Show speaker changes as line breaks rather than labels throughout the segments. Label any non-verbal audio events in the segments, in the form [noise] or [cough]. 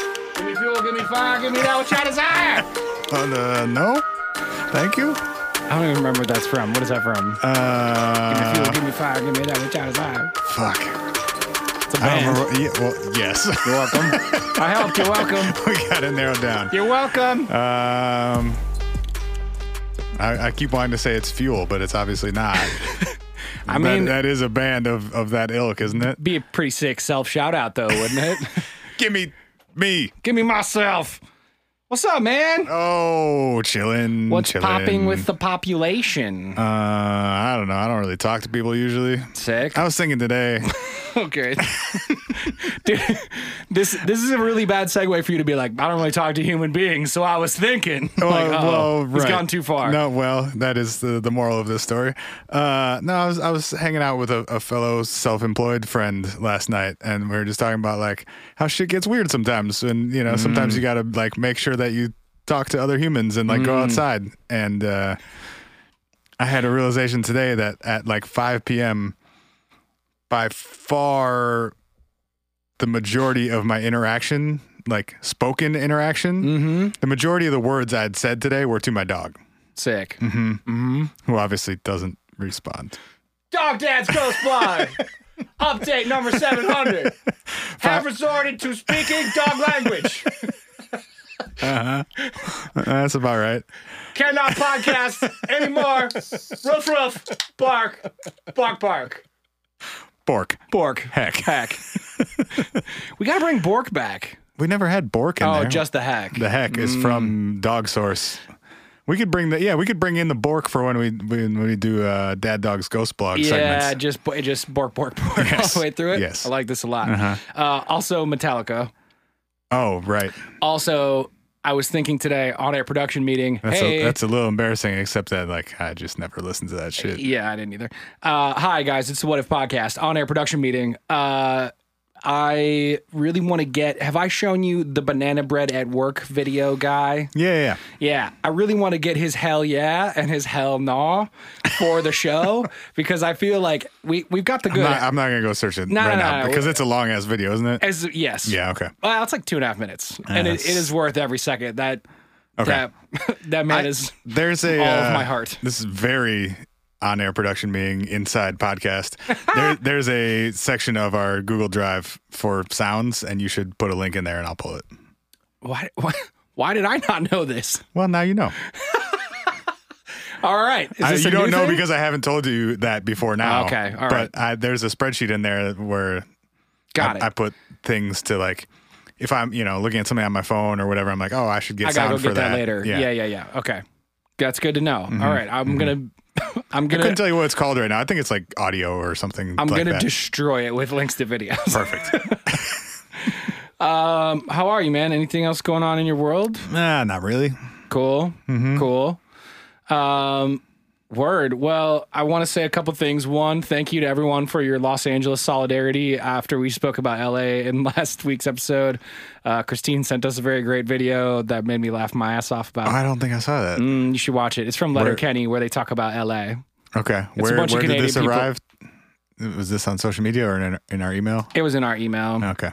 fuel, give me fire, give me that which I desire.
Uh, no, thank you.
I don't even remember what that's from. What is that from?
Uh,
fuel, give me fire, give me that which I desire.
fuck.
It's a
I don't
band.
remember. Yeah, well,
[laughs]
yes, [laughs]
You're welcome. I helped. You're welcome.
we got to narrow it down.
You're welcome.
Um, I, I keep wanting to say it's fuel, but it's obviously not.
[laughs] I
That-
mean,
that is a band of, of that ilk, isn't it?
be a pretty sick self shout out though, wouldn't it? [laughs]
Give me me.
give me myself. What's up, man?
Oh, chillin'.
What's
chillin'.
popping with the population?
Uh, I don't know. I don't really talk to people usually.
Sick.
I was thinking today.
[laughs] Okay. [laughs] Dude, this this is a really bad segue for you to be like, I don't really talk to human beings, so I was thinking. [laughs]
Oh,
like, uh-oh,
well,
it's
right.
gone too far.
No, well, that is the, the moral of this story. Uh, no, I was I was hanging out with a, a fellow self-employed friend last night, and we were just talking about like how shit gets weird sometimes, and you know sometimes
Mm.
you gotta like make sure that you talk to other humans and like
Mm.
go outside. And uh, I had a realization today that at like 5 p.m. by far the majority of my interaction, like spoken interaction, the majority of the words I'd said today were to my dog,
Sick.
who obviously doesn't respond.
Dog Dad's Ghost [laughs] Blog. Update number 700. Have resorted to speaking dog language.
Uh, That's about right.
Cannot podcast anymore. Roof, roof. Bark. Bark, bark.
Bork.
Bork.
Heck.
Heck. [laughs] we got to bring Bork back.
We never had Bork in
Oh,
there.
just Mm. the heck.
the heck is from Dog Source. We could bring the yeah, we could bring in the Bork for when we when we do uh, Dad Dog's Ghost Blog
Yeah,
segments.
just bo- just bork bork bork all
Yes.
the way through it.
Yes. Uh-huh.
I like this a lot. Uh, also Metallica.
Oh, right.
Also, I was thinking today on our production meeting.
That's
hey,
a that's a little embarrassing, except that like I just never listened to that shit.
yeah, I didn't either. Uh, hi guys, it's the What If podcast on air production meeting. Uh, I really want to get. Have I shown you the banana bread at work video guy?
Yeah, yeah. yeah.
Yeah, I really want to get his hell yeah and his hell nah for the
[laughs]
show because I feel like we we've got the good.
Not- I'm not gonna go search it
No,
right
no,
now
no, no.
because it's a long ass video, isn't it?
as yes,
Yeah, okay.
Well, it's like two and a half minutes, and it, it is worth every second. That
Okay.
that [laughs] that man is
There's a
all of
uh,
my heart.
This is very on-air production meeting
[laughs]
inside podcast. there, there's a section of our Google Drive for sounds, and you should put a link in there, and I'll pull it.
why, why why did I not know this?
Well, now you know.
All right, is
I,
this
you
a
don't
new
know
thing?
because I haven't told you that before now.
Okay, all
but
right.
I, there's a spreadsheet in there where
got
I,
it.
I put things to like. If I'm, you know, looking at something on my phone or whatever, I'm like, oh, I should get
I
sound
gotta go
for
get that, later. Yeah. yeah, yeah, Okay, that's good to know. All right, I'm gonna [laughs] I'm gonna
I Mm-hmm. couldn't tell you what it's called right now. I think it's like audio or something.
I'm
like
gonna
that.
destroy it with links to videos. [laughs]
perfect.
um, how are you, man? Anything else going on in your world?
nah, not really.
Cool.
Mm-hmm.
Cool. Um, word. Well, I want to say a couple things. One, thank you to everyone for your Los Angeles solidarity after we spoke about LA in [laughs] last week's episode. Uh, Christine sent us a very great video that made me laugh my ass off about.
I don't think I saw that.
Mm, you should watch it. It's from Letter Kenny where they talk about LA.
Okay. where
bunch of
where did
Canadian
this
people.
arrive? Was this on social media or in, in our email?
It was in our email.
Okay.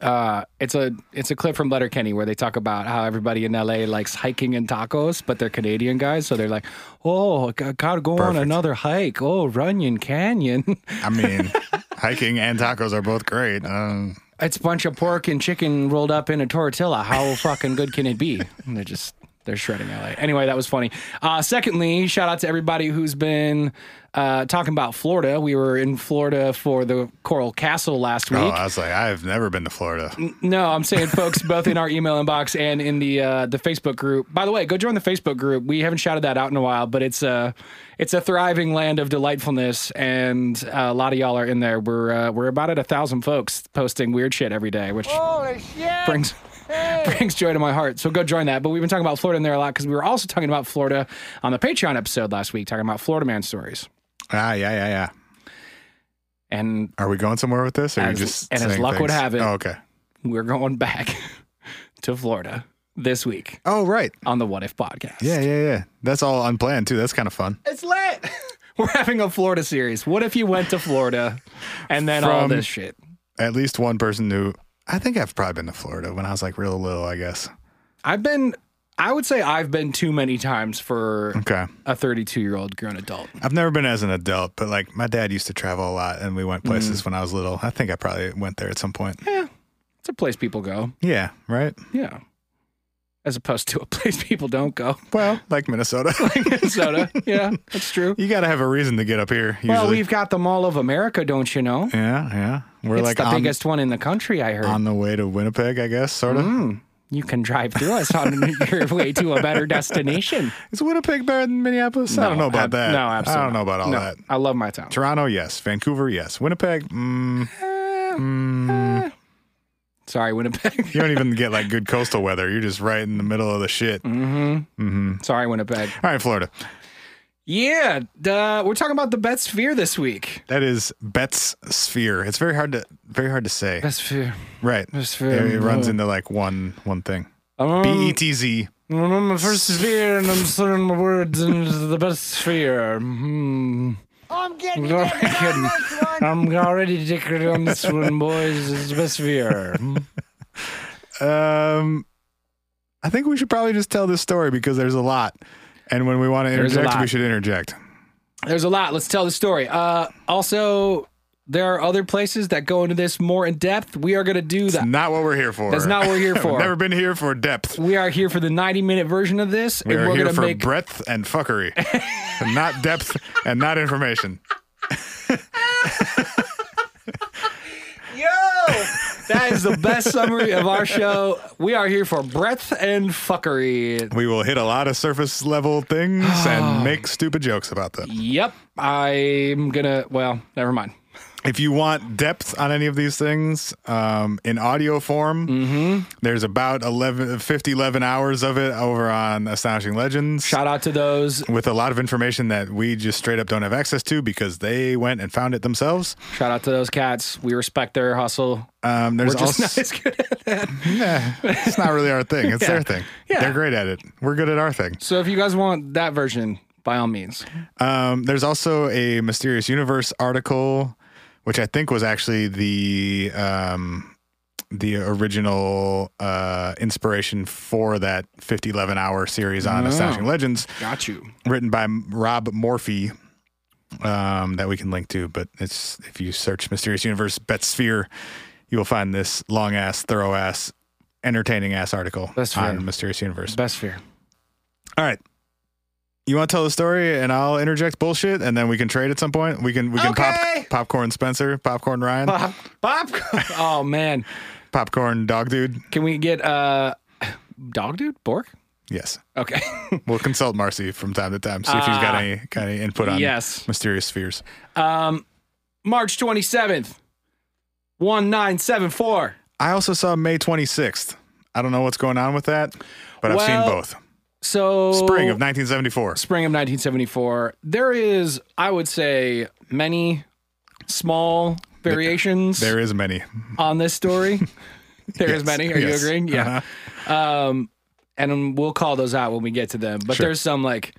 Uh, it's a it's a clip from Letter Kenny where they talk about how everybody in LA likes hiking and tacos, but they're Canadian guys, so they're like, "Oh, g- gotta go on
Perfect.
another hike. Oh, Runyon Canyon." [laughs]
I mean, hiking and tacos are both great. Um,
it's a bunch of pork and chicken rolled up in a tortilla. How fucking good can it be? [laughs] And they're just they're shredding LA. Anyway, that was funny. Uh, secondly, shout out to everybody who's been uh, talking about Florida. We were in Florida for the Coral Castle last week.
oh, I was like, I've never been to Florida.
No, I'm saying folks both in our email inbox and in the uh, the Facebook group. By the way, go join the Facebook group. We haven't shouted that out in a while, but it's a it's a thriving land of delightfulness, and uh, a lot of y'all are in there. We're uh, we're about at a thousand folks posting weird shit every day, which brings brings joy to my heart. So go join that. But we've been talking about Florida in there a lot because we were also talking about Florida on the Patreon episode last week, talking about Florida man stories.
Ah, yeah, yeah, yeah.
And
Are we going somewhere with this? Or
As-
you just
and as
saying
luck would
things?
have it-
Oh, okay.
we're going back [laughs] to Florida this week
Oh, right.
on the What If podcast.
Yeah, yeah, yeah. That's all unplanned too. That's kind of fun.
It's lit. [laughs] We're having a Florida series. What if you went to Florida and then all
From-
this shit?
At least one person who I think I've probably been to Florida when I was like real little, I guess.
I've been, I would say I've been too many times for
Okay.
a 32 year old grown adult.
I've never been as an adult, but like my dad used to travel a lot and we
Mm.
went places when I was little. I think I probably went there at some point.
Yeah, it's a place people go.
Yeah, right?
Yeah, as opposed to a place people don't go. [laughs]
Well, like Minnesota.
Minnesota. Yeah, that's true.
you got to have a reason to get up here usually.
Well, we've got the Mall of America, don't you know?
yeah, yeah. We're
it's
like
the
on,
biggest one in the country, I heard.
on the way to Winnipeg, I guess, sort of.
Mm. you can drive through us on [laughs] your way to a better destination.
Is Winnipeg better than Minneapolis? [laughs] I don't know about
ab-
that.
No,
I
absolutely.
don't know
not.
about all
No,
that.
I love my town.
Toronto, yes. Vancouver, yes. Winnipeg, mm,
Sorry, Winnipeg.
you don't even get like good coastal weather. You're just right in the middle of the shit.
Mm-hmm. Sorry, Winnipeg.
All right, Florida.
Yeah, duh, we're talking about the Bet Sphere this week.
That is Bet's sphere. It's very hard to very hard to say.
Bet Sphere.
Right.
That's
It-
very-
it runs into like one one thing. B
Um,
E T Z.
I'm the first sphere, and I'm throwing my words into the best sphere. Hmm.
I'm getting
Go
it
ahead.
on this one.
I'm already dickering on this one, boys. It's the best sphere. Hmm.
Um, I think we should probably just tell this story because there's a lot, and when we want to
There's a
interject,
lot.
we should interject.
There's a lot. Let's tell the story. Uh, also, there are other places that go into this more in depth. We are going to do that.
Not what we're here for.
That's not what we're here
We've
for.
Never been here for depth.
We are here for the 90 minute version of this,
We
and
are
we're
here
going to
for
make
breadth
[laughs]
and fuckery, and not depth and not information.
Yo!
that is the best summary of our show. We are here for breadth and fuckery.
We will hit a lot of surface level things
[sighs]
and make stupid jokes about them.
Yep, I'm gonna. Well, never mind.
If you want depth on any of these things um, in audio form,
Mm-hmm.
there's about 11, 50, 11 hours of it over on Astonishing Legends.
Shout out to those.
with a lot of information that we just straight up don't have access to because they went and found it themselves.
Shout out to those cats. We respect their hustle.
Um, there's
We're [laughs] just
also
not as good at that.
[laughs] Nah, it's not really our thing. It's their thing.
[laughs] Yeah.
They're great at it. We're good at our thing.
So if you guys want that version, by all means.
Um, there's also a mysterious universe article, which I think was actually the um, the original uh, inspiration for that 50 11 hour series on
Oh.
Astonishing Legends.
Got you.
written by M- Rob Morphy um, that we can link to. But it's if you search Mysterious Universe Bet Sphere, you will find this long ass, thorough ass, entertaining ass article
That's fair.
on Mysterious Universe.
Best fear.
All right. You want to tell the story, and I'll interject bullshit, and then we can trade at some point. We can we can
Okay.
pop popcorn Spencer, popcorn Ryan,
Pop, [laughs] popcorn. Oh man,
popcorn dog dude.
can we get uh, dog dude Bork?
Yes,
Okay.
we'll consult Marcy from time to time, see if he's
Uh,
got any kind of input
[laughs]
on
yes.
mysterious spheres.
Um, March twenty seventh, one nine seven four.
I also saw May 26th. I don't know what's going on with that, but I've seen
Well- oh.
both.
So
Spring of 1974.
spring of 1974. There is, I would say, many small variations
There is many.
on this
[laughs]
story. There is
Yes,
many. Are
yes. Uh-huh.
you agreeing? Yeah. Um, and we'll call those out when we get to them. But
Sure.
there's some like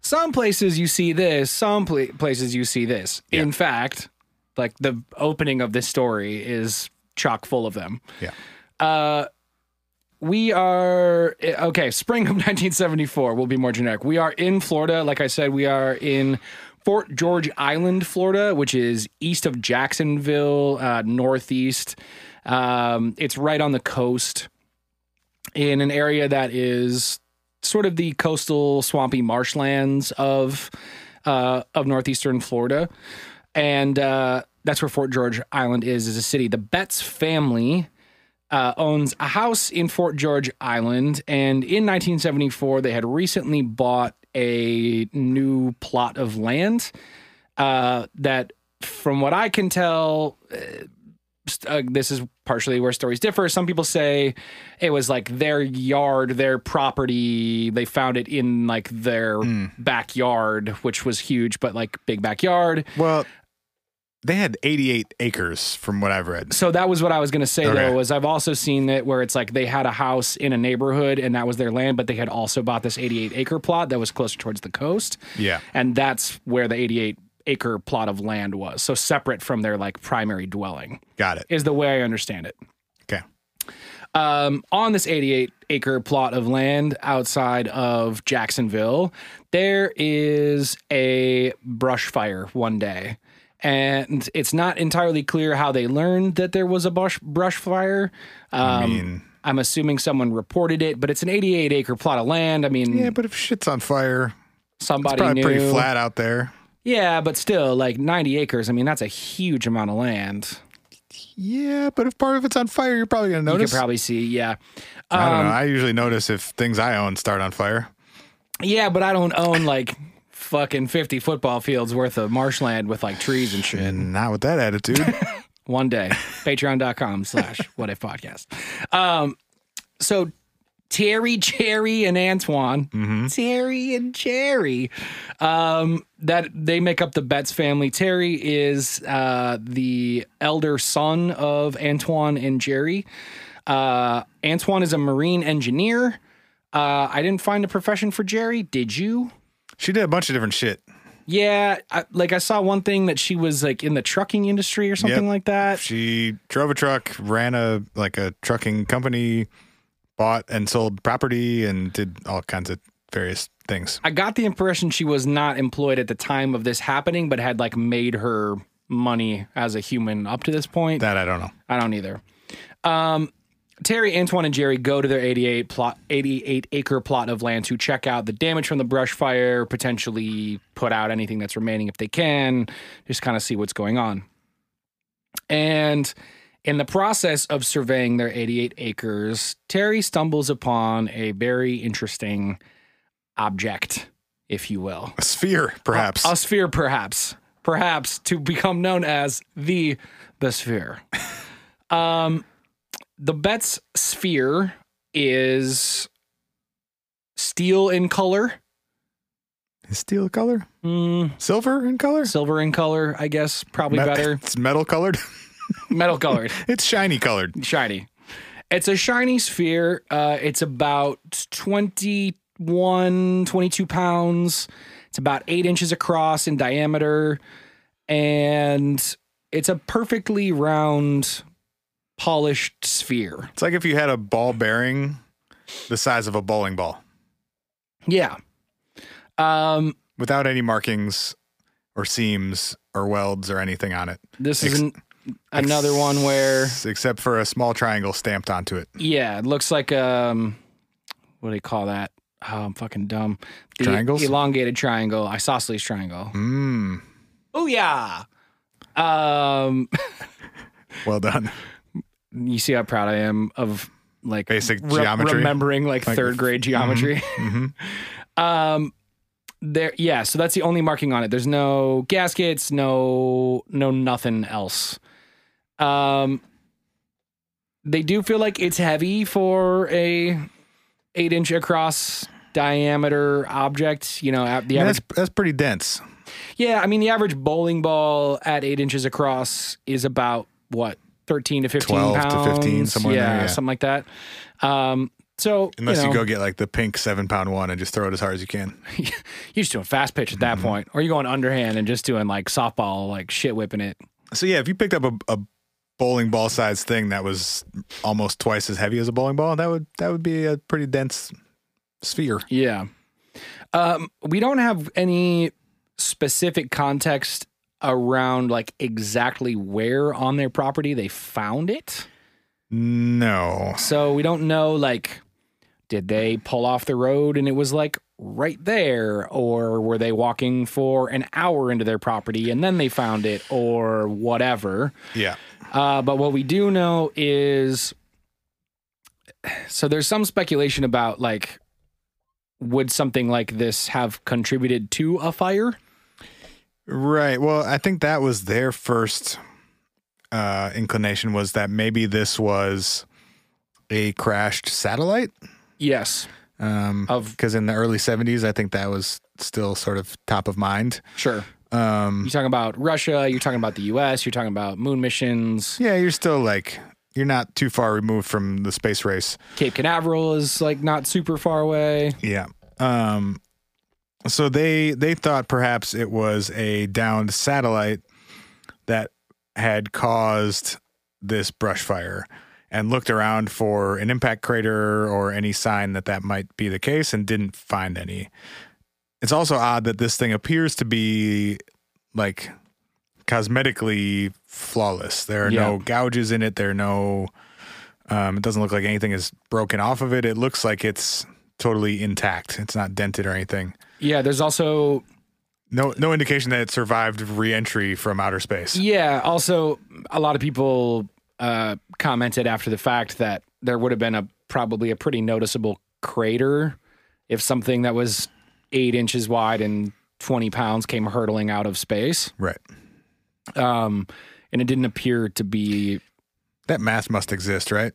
some places you see this, some pla- places you see this. In fact, like the opening of this story is chock full of them.
Yeah.
Uh, we are eh, okay. Spring of [laughs] 1974 will be more generic. We are in Florida. Like I said, we are in Fort George Island, Florida, which is east of Jacksonville, uh, northeast. Um, it's right on the coast in an area that is sort of the coastal swampy marshlands of uh, of northeastern Florida, and uh, that's where Fort George Island is is a city. The Betts family uh, owns a house in Fort George Island, and in 1974 they had recently bought a new plot of land uh, that, from what I can tell, st- uh, this is partially where stories differ. Some people say it was like their yard, their property. They found it in like their backyard, which was huge, but like big backyard.
Well, they had 88 acres from what I've read.
So that was what I was gonna say
Okay.
though. Was I've also seen it where it's like they had a house in a neighborhood and that was their land, but they had also bought this 88 acre plot that was closer towards the coast.
Yeah.
and that's where the 88 acre plot of land was. So separate from their like primary dwelling
Got it.
is the way I understand it.
Okay.
um, on this 88 acre plot of land outside of Jacksonville, there is a brush fire one day. And it's not entirely clear how they learned that there was a brush, brush fire. Um, I
mean-
am assuming someone reported it, but it's an 88 acre plot of land. I mean,
Yeah, but if shit's on fire,
somebody
probably
knew.
pretty flat out there.
Yeah, but still, like 90 acres. I mean, that's a huge amount of land.
Yeah, but if part of it's on fire, you're probably gonna
You could um,
notice.
probably see. Yeah.
I don't know. I usually notice if things I own start on fire.
Yeah, but I don't own like fucking 50 football fields worth of marshland with like trees and shit.
Not with
[laughs]
that attitude.
One day, patreon.com slash what if podcast. Um, so Terry, Jerry, and Antoine, Terry and Jerry, um, that they make up the Betts family. Terry is uh, the elder son of Antoine and Jerry. Uh, Antoine is a marine engineer. Uh, I didn't find a profession for Jerry. Did you?
she did a bunch of different shit.
Yeah, I, like I saw one thing that she was like in the trucking industry or something
Yep.
like that.
She drove a truck, ran a like a trucking company, bought and sold property, and did all kinds of various things.
I got the impression she was not employed at the time of this happening, but had like made her money as a human up to this point.
That I don't know.
I don't either. Um, Terry, Antoine, and Jerry go to their 88 plot, 88 acre plot of land to check out the damage from the brush fire, potentially put out anything that's remaining if they can, just kind of see what's going on. And in the process of surveying their 88 acres, Terry stumbles upon a very interesting object, if you will.
A sphere, perhaps.
A sphere, perhaps, perhaps to become known as the the sphere. [laughs] um, the Betts sphere is steel in color,
Is steel color?
Mm,
Silver in color?
silver in color, I guess, probably
Me-
better,
[laughs] It's metal colored.
metal colored,
it's shiny colored.
shiny. It's a shiny sphere. Uh, it's about 21, 22 pounds. It's about eight inches across in diameter. and it's a perfectly round, polished sphere.
It's like if you had a ball bearing the size of a bowling ball
Yeah. Um,
without any markings or seams or welds or anything on it.
this
Ex-
is an, another one where,
Except for a small triangle stamped onto it.
yeah, it looks like um, what do they call that? Oh, I'm fucking dumb. The
Triangles?
elongated triangle, isosceles triangle.
Mmm.
Oh yeah. Um, [laughs]
Well done. [laughs]
you see how proud I am of like
Basic geometry. mm-hmm.
remembering like, third grade geometry. [laughs]
Mhm.
um, there, yeah. So that's the only marking on it. There's no gaskets, no, no nothing else. Um, they do feel like it's heavy for a eight inch across diameter object. You know, at the
Yeah,
average
that's that's pretty dense.
yeah, I mean the average bowling ball at eight inches across is about what thirteen to fifteen
12 to
pounds,
15, somewhere in
yeah,
there, yeah.
something like that. Um, so
Unless you,
you, know,
go get like the pink seven pound one and just throw it as hard as you can.
[laughs] you're just doing fast pitch at
Mm-hmm.
that point, or you're going underhand and just doing like softball, like shit whipping it.
So yeah, if you picked up a, a bowling ball sized thing that was almost twice as heavy as a bowling ball, that would that would be a pretty dense sphere.
Yeah. Um, we don't have any specific context around like exactly where on their property they found it.
No.
So we don't know like did they pull off the road and it was like right there or were they walking for an hour into their property and then they found it or whatever.
Yeah.
Uh, but what we do know is so there's some speculation about like would something like this have contributed to a fire?
Right. Well, I think that was their first uh, inclination was that maybe this was a crashed satellite.
Yes.
Um,
Of
because in the early 70s, I think that was still sort of top of mind.
sure.
Um,
You're talking about Russia, you're talking about the US, you're talking about moon missions.
Yeah, you're still like you're not too far removed from the space race.
Cape Canaveral is like not super far away.
Yeah. Um so they they thought perhaps it was a downed satellite that had caused this brush fire. and looked around for an impact crater or any sign that that might be the case and didn't find any. It's also odd that this thing appears to be like cosmetically flawless. There are no
Yeah.
gouges in it. There are no. Um, it doesn't look like anything is broken off of it. It looks like it's totally intact. It's not dented or anything.
Yeah, there's also
No, no indication that it survived reentry from outer space.
yeah, also a lot of people uh, commented after the fact that there would have been a probably a pretty noticeable crater if something that was eight inches wide and 20 pounds came hurtling out of space.
Right.
Um, and it didn't appear to be
That math must exist, right?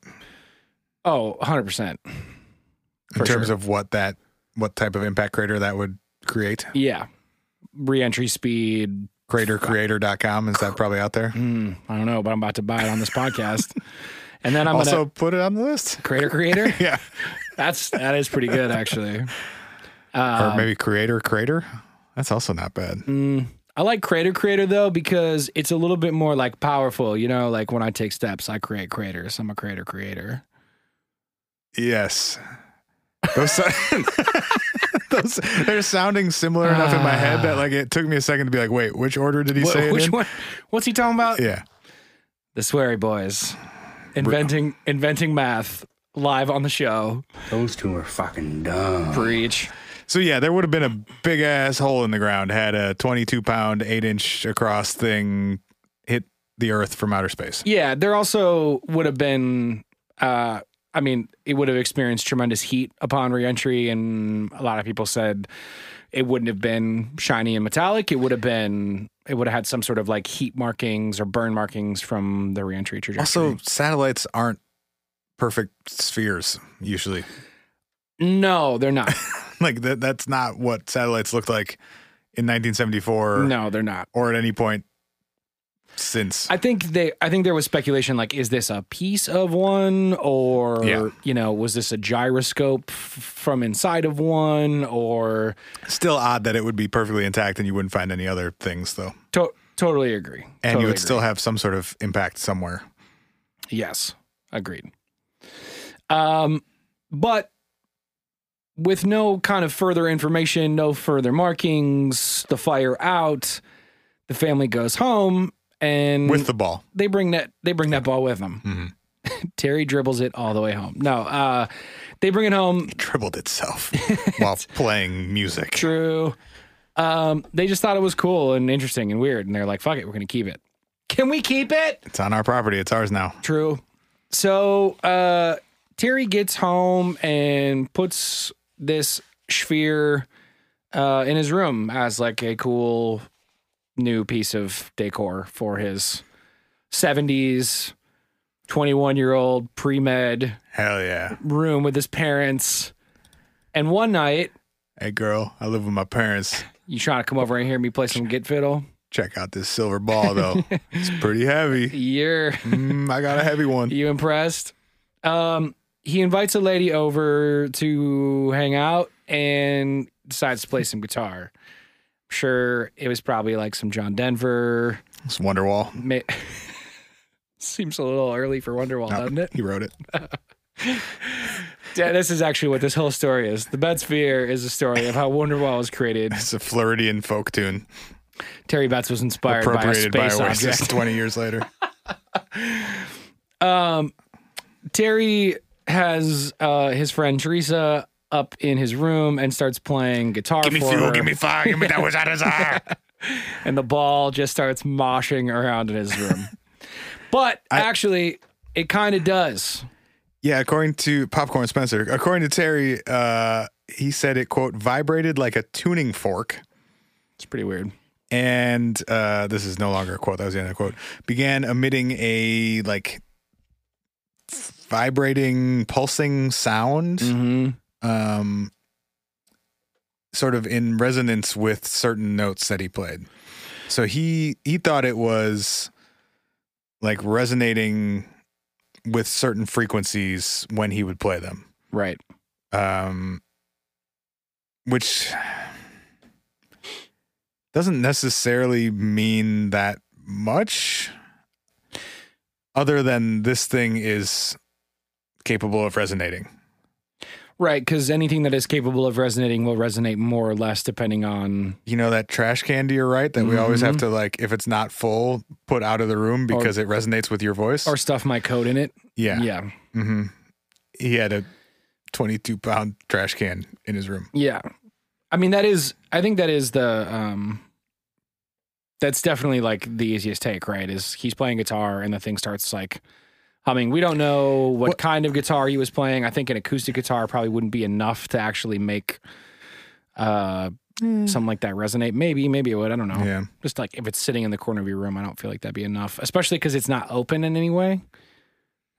oh 100%.
In
For
terms
sure.
of what that, what type of impact crater that would create.
Yeah. Reentry speed,
Cratercreator.com is that probably out there?
Hmm, I don't know, but I'm about to buy it on this podcast. and then I'm
Also,
gonna
put it on the list. [laughs]
creator creator.
Yeah,
That's that is pretty good actually.
[laughs]
Uh,
or maybe Creator Crater. That's also not bad.
Mm, I like creator creator though because it's a little bit more like powerful. You know, like when I take steps, I create creators. I'm a creator creator.
Yes. Those, sou- [laughs] those they're sounding similar enough in my head that like it took me a second to be like, wait, which order did he
Wha-
say it
Uh. which
in?
one? What's he talking about?
Yeah.
The Sweary Boys, inventing inventing math live on the show.
Those two are fucking dumb.
Preach.
So yeah, there would have been a big ass hole in the ground had a 22 pound, eight inch across thing hit the Earth from outer space.
Yeah, there also would have been. Uh, I mean, it would have experienced tremendous heat upon reentry, and a lot of people said it wouldn't have been shiny and metallic. It would have been. It would have had some sort of like heat markings or burn markings from the reentry trajectory.
Also, satellites aren't perfect spheres usually. [laughs]
no, they're not.
Like that, that's not what satellites looked like in 1974
no, they're not.
or at any point since.
I think they. I think there was speculation like, is this a piece of one, or
Yeah.
you know, was this a gyroscope f- from inside of one, or
Still odd that it would be perfectly intact and you wouldn't find any other things though.
to- totally agree.
And
Totally
you would
agree.
still have some sort of impact somewhere.
Yes, agreed. Um, but with no kind of further information, no further markings, the fire out, the family goes home, and
With the ball. [laughs]
they bring that they bring that ball with them. [laughs] Terry dribbles it all the way home. No, uh, they bring it home.
Dribbled
[laughs]
itself while playing music.
True. Um, they just thought it was cool and interesting and weird, and they're like, "Fuck it, we're gonna keep it." Can we keep it?
It's on our property. It's ours now.
True. So uh Terry gets home and puts this sphere uh in his room as like a cool new piece of decor for his 70s 21 year old pre-med
Hell yeah.
room with his parents. And one night,
Hey girl, I live with my parents.
you trying to come over and hear me play some git fiddle?
Check out this silver ball though. [laughs] it's pretty heavy.
You're
Mm, I got a heavy one.
You impressed? Um, he invites a lady over to hang out and decides to play some guitar. Sure, it was probably like some John Denver.
It's Wonderwall.
Ma- [laughs] Seems a little early for Wonderwall, doesn't it?
He wrote it.
Yeah, this is actually what this whole story is. The Bed Sphere is a story of how Wonderwall was created.
It's a Floridian folk tune
Terry Betts was inspired by a
appropriated by,
space
Oasis
object.
20 years [laughs] later.
Terry has uh, his friend Teresa up in his room and starts playing guitar for her.
fire, give me [laughs] that which I desire.
and the ball just starts moshing around in his room. but actually, it kind of does.
Yeah, according to Popcorn Spencer, according to Terry, uh, he said it quote vibrated like a tuning fork,
It's pretty weird.
and uh, this is no longer a quote. That was the end of the quote. Began emitting a like vibrating, pulsing sound, um, sort of in resonance with certain notes that he played. So he he thought it was like resonating with certain frequencies when he would play them
Right.
um, which doesn't necessarily mean that much other than this thing is capable of resonating.
Right, because anything that is capable of resonating will resonate more or less depending on
You know that trash can to your right that we always have to like if it's not full, put out of the room because it resonates with your voice.
or stuff my code in it.
yeah. Mm-hmm.
Yeah.
He had a 22 pound trash can in his room.
Yeah. I mean that is I think that is the um that's definitely like the easiest take, right? Is he's playing guitar and the thing starts like humming. We don't know what,
What-
kind of guitar he was playing. I think an acoustic guitar probably wouldn't be enough to actually make uh something like that resonate. Maybe, maybe it would. I don't know.
Hmm. Yeah.
Just like if it's sitting in the corner of your room, I don't feel like that'd be enough. Especially because it's not open in any way.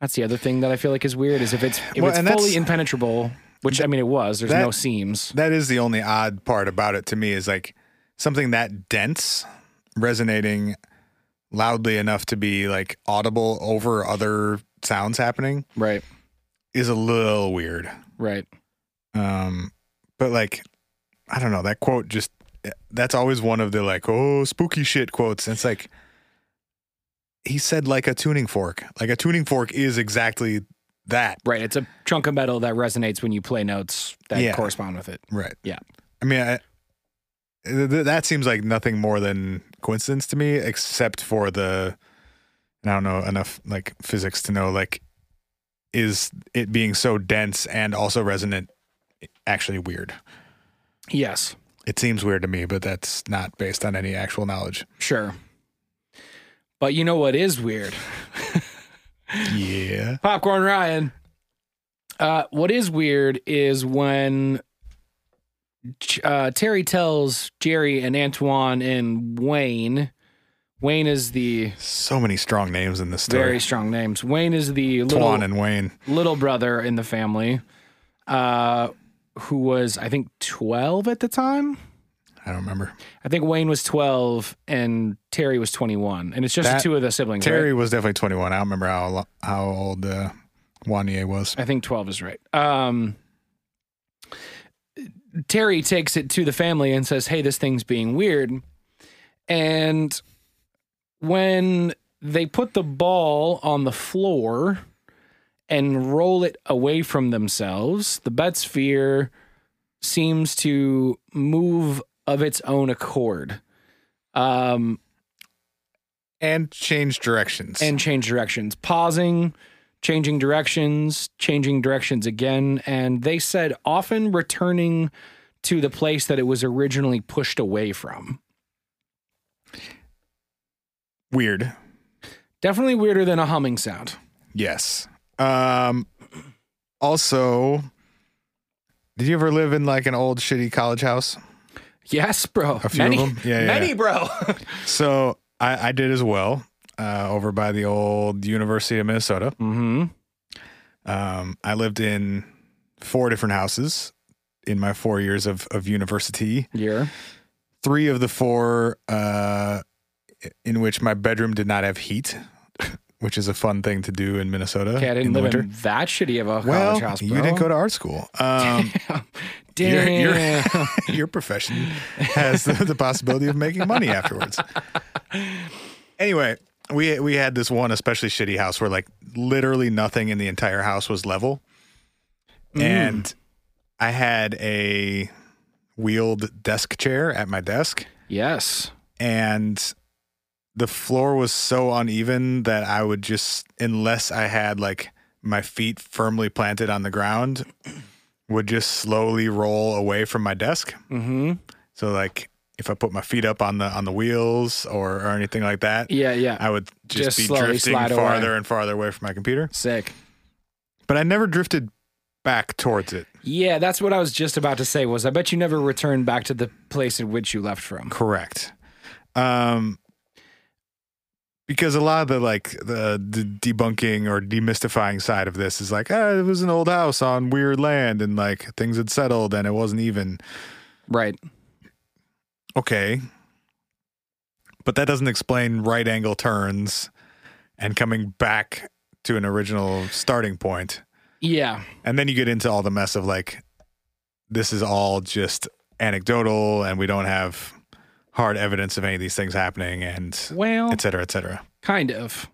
That's the other thing that I feel like is weird is if it's if
Well,
it's
and that's-
fully impenetrable, which I mean it was. There's
that-
no seams.
That is the only odd part about it to me is like something that dense resonating loudly enough to be like audible over other sounds happening
Right.
is a little weird.
Right.
Um, but like, I don't know. That quote just that's always one of the like, oh, spooky shit quotes. And it's like he said like a tuning fork. Like a tuning fork is exactly that.
Right. It's a chunk of metal that resonates when you play notes that
Yeah.
correspond with it.
Right.
Yeah.
I mean, I, th- th- that seems like nothing more than coincidence to me, except for the. and I don't know enough like physics to know like, is it being so dense and also resonant actually weird?
Yes.
It seems weird to me, but that's not based on any actual knowledge.
Sure. But you know what is weird?
Yeah.
Popcorn Ryan. Uh, what is weird is when uh, Terry tells Jerry and Antoine and Wayne. Wayne is the
So many strong names in this
very
story.
strong names. Wayne is the little
Tuan and Wayne.
little brother in the family, uh, who was I think twelve at the time.
I don't remember.
I think Wayne was 12 and Terry was 21. And it's just the
That-
two of the siblings.
Terry
right?
was definitely 21. I don't remember how lo- how old uh, Wanye was.
I think 12 is right. Um, Terry takes it to the family and says, Hey, this thing's being weird. And when they put the ball on the floor and roll it away from themselves, the bet sphere seems to move of its own accord. Um,
And changed directions.
and change directions, pausing, changing directions, changing directions again. And they said often returning to the place that it was originally pushed away from.
weird.
Definitely weirder than a humming sound.
Yes. Um also did you ever live in like an old shitty college house?
Yes, bro.
A few
many,
of them? Yeah, yeah,
many,
yeah. [laughs]
bro.
So I, I did as well. Uh, over by the old University of Minnesota.
mm-hmm.
Um, I lived in four different houses in my four years of, of university.
Yeah.
Three of the four uh, in which my bedroom did not have heat, [laughs] which is a fun thing to do in Minnesota.
Okay, I
in
didn't
the
live
winter.
in that shitty of a college
well,
house, bro.
you didn't go to art school. Um, You're-
Damn.
you're- [laughs] your profession has the, the possibility of making money afterwards. Anyway, we we had this one especially shitty house where like literally nothing in the entire house was level, and I had a wheeled desk chair at my desk,
yes.
and the floor was so uneven that I would just unless I had like my feet firmly planted on the ground would just slowly roll away from my desk.
Mm-hmm.
So like if I put my feet up on the on the wheels or or anything like that,
Yeah, yeah.
I would
Just
just, be
slowly
drifting
slide away.
farther and farther away from my computer.
Sick.
But I never drifted back towards it.
Yeah, that's what I was just about to say. Was I bet you never returned back to the place in which you left from?
Correct. Um because a lot of the like the, the debunking or demystifying side of this is like, ah, it was an old house on weird land and like things had settled and it wasn't even
Right.
okay. But that doesn't explain right angle turns and coming back to an original starting point.
Yeah.
And then you get into all the mess of like, this is all just anecdotal and we don't have hard evidence of any of these things happening and
Well,
et cetera, et cetera.
kind of.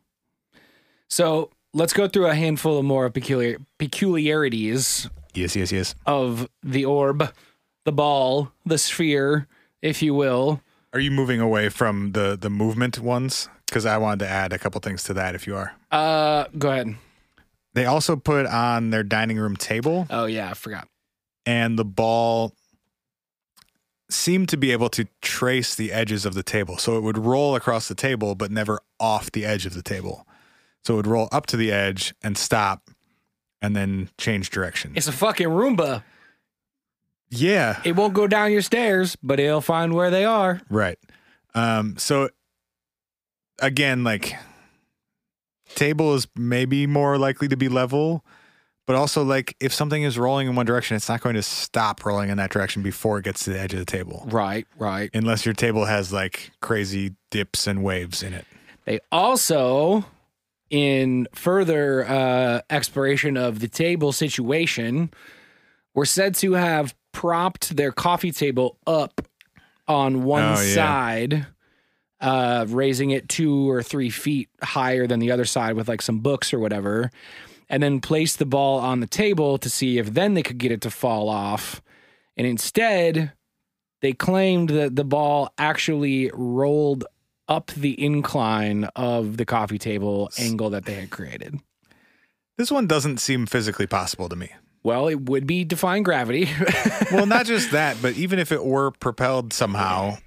So let's go through a handful of more peculiar peculiarities
Yes, yes, yes.
of the orb, the ball, the sphere, if you will.
Are you moving away from the the movement ones? Because I wanted to add a couple things to that. If you are,
Uh, go ahead.
they also put on their dining room table
Oh yeah, I forgot.
and the ball seemed to be able to trace the edges of the table. So it would roll across the table, but never off the edge of the table. So it would roll up to the edge and stop and then change direction.
It's a fucking Roomba.
yeah.
It won't go down your stairs, but it'll find where they are.
Right. Um, so again, like table is maybe more likely to be level, but also like if something is rolling in one direction, it's not going to stop rolling in that direction before it gets to the edge of the table.
Right, right.
unless your table has like crazy dips and waves in it.
They also, in further uh, exploration of the table situation, were said to have propped their coffee table up on one
Oh, yeah.
side, uh, raising it two or three feet higher than the other side with like some books or whatever, and then placed the ball on the table to see if then they could get it to fall off. And instead, they claimed that the ball actually rolled up the incline of the coffee table angle that they had created.
This one doesn't seem physically possible to me.
Well, it would be defying gravity. [laughs]
Well, not just [laughs] that, but even if it were propelled somehow,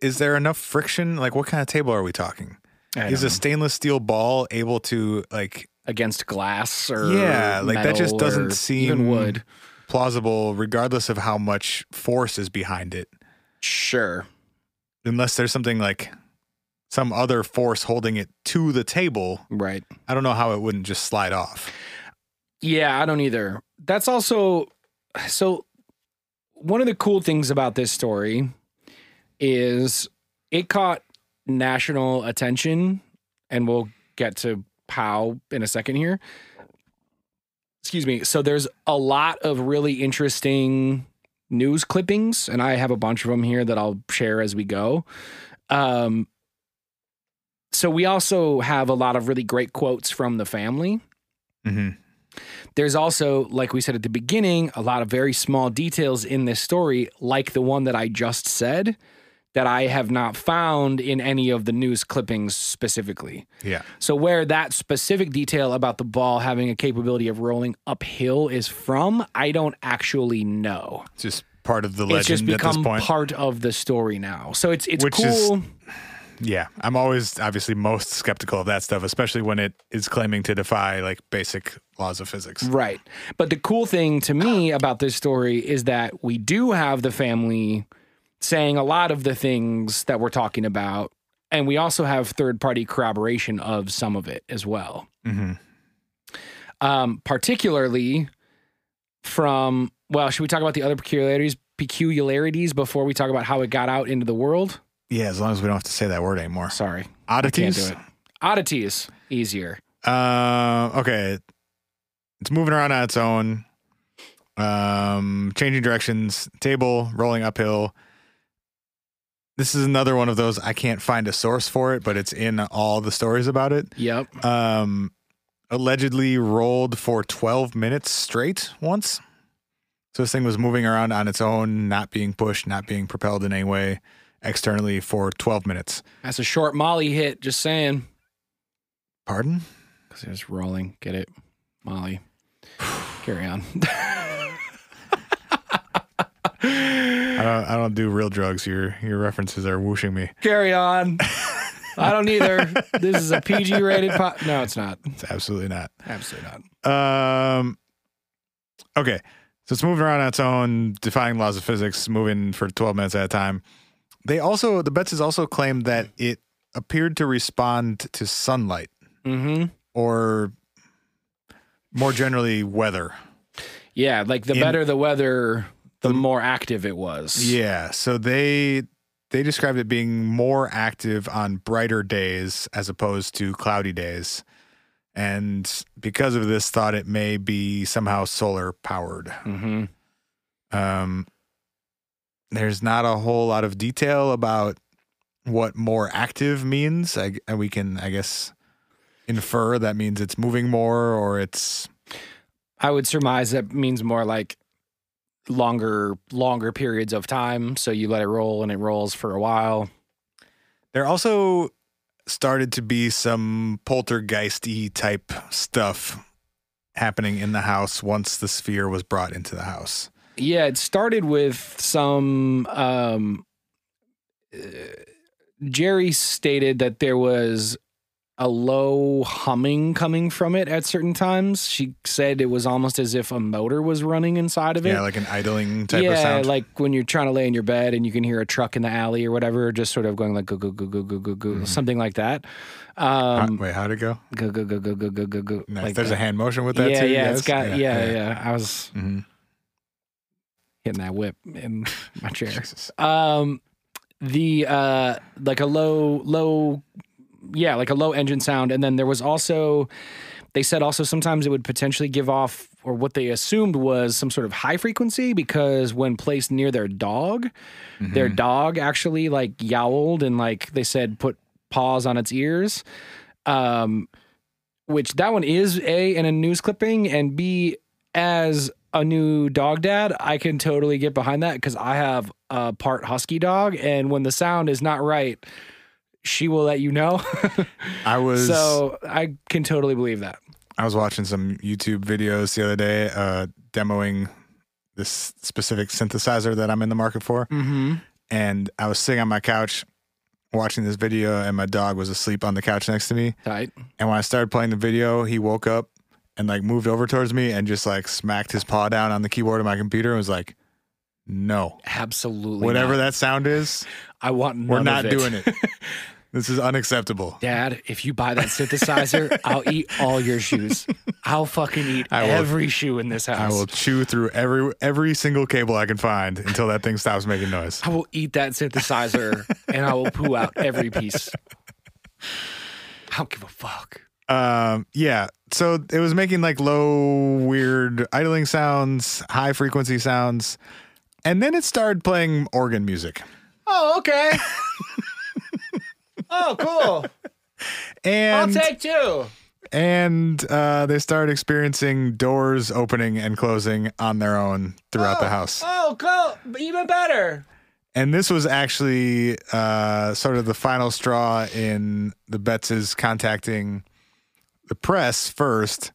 is there enough friction? Like, what kind of table are we talking?
I
Is
don't
a stainless steel ball able to like
know. against glass or
Yeah, like, that just
metal
doesn't
or
seem-
even wood.
plausible, regardless of how much force is behind it?
Sure.
Unless there's something like some other force holding it to the table,
Right.
I don't know how it wouldn't just slide off.
Yeah, I don't either. That's also so one of the cool things about this story is it caught national attention and we'll get to how in a second here. Excuse me. So there's a lot of really interesting news clippings and I have a bunch of them here that I'll share as we go. Um so we also have a lot of really great quotes from the family
Mm-hmm.
there's also, like we said at the beginning, a lot of very small details in this story, like the one that I just said, that I have not found in any of the news clippings specifically.
Yeah.
So, where that specific detail about the ball having a capability of rolling uphill is from, I don't actually know.
It's just part of the
It's just
legend at this
become
point.
part of the story now. So it's it's
Which is-
cool.
Yeah, I'm always obviously most skeptical of that stuff, especially when it is claiming to defy like basic laws of physics.
Right. But the cool thing to me about this story is that we do have the family saying a lot of the things that we're talking about. And we also have third party corroboration of some of it as well.
Mm-hmm.
Um, particularly from, well, should we talk about the other peculiarities, peculiarities before we talk about how it got out into the world?
Yeah, as long as we don't have to say that word anymore.
Sorry. Can't do
Oddities.
it. Oddities, easier.
Uh, okay, it's moving around on its own, um, changing directions, table rolling uphill. This is another one of those I can't find a source for it, but it's in all the stories about it.
Yep.
um, allegedly rolled for 12 minutes straight once. So this thing was moving around on its own, not being pushed, not being propelled in any way externally for 12 minutes.
That's a short Molly hit, just saying.
Pardon?
Because it was rolling. Get it, Molly. Carry on. [laughs]
I don't, I don't do real drugs. Your your references are whooshing me.
Carry on. I don't either. This is a PG rated pot. No, it's not.
It's absolutely not.
Absolutely not.
Um, okay, so it's moving around on its own, defying laws of physics, moving for 12 minutes at a time. They also the Betses also claimed that it appeared to respond to sunlight.
Mm-hmm.
or more generally weather.
Yeah, like the
In-
better the weather, the more active it was.
Yeah, so they they described it being more active on brighter days as opposed to cloudy days. And because of this thought it may be somehow solar powered.
Mm-hmm.
Um there's not a whole lot of detail about what more active means. I, and we can I guess infer that means it's moving more or it's
I would surmise that means more like longer longer periods of time. So you let it roll and it rolls for a while.
there also started to be some poltergeisty type stuff happening in the house once the sphere was brought into the house
Yeah, it started with some. Um, uh, Jerry stated that there was a low humming coming from it at certain times. She said it was almost as if a motor was running inside of it.
yeah like an idling type
yeah,
of sound
like when you're trying to lay in your bed and you can hear a truck in the alley or whatever, just sort of going like go go go go go go go,
Mm-hmm.
something like that.
Huh,
Um,
wait how'd it go
go go go go go go go go.
nice.
like
there's
that.
a hand motion with that
yeah,
too
yeah,
yes?
it's got yeah, yeah, I was
Mhm.
hitting that whip in my chair.
Jesus.
Um, the uh, like a low, low, yeah, like a low engine sound, and then there was also they said also sometimes it would potentially give off or what they assumed was some sort of high frequency because when placed near their dog,
Mm-hmm.
their dog actually like yowled and like they said put paws on its ears. Um, which that one is a in a news clipping and b as a new dog dad i can totally get behind that because i have a part husky dog and when the sound is not right she will let you know [laughs]
i was
so i can totally believe that
I was watching some YouTube videos the other day, uh, demoing this specific synthesizer that I'm in the market for.
mm-hmm.
And I was sitting on my couch watching this video, and my dog was asleep on the couch next to me.
tight
And when I started playing the video, he woke up and like moved over towards me and just like smacked his paw down on the keyboard of my computer and was like, no,
absolutely
whatever
not.
that sound is,
i want none
we're
of
not
it. [laughs]
doing it. This is unacceptable.
dad if you buy that synthesizer i'll eat all your shoes i'll fucking eat
I will-
every shoe in this house
I will chew through every every single cable I can find until that thing stops making noise.
I will eat that synthesizer and I will poo out every piece. I don't give a fuck.
Um, yeah. So it was making like low, weird idling sounds, high frequency sounds. And then it started playing organ music.
Oh, okay. [laughs] oh, cool.
And
two.
and uh, they started experiencing doors opening and closing on their own throughout the house.
Oh, cool. Even better.
And this was actually uh, sort of the final straw in the Betzes contacting the press first,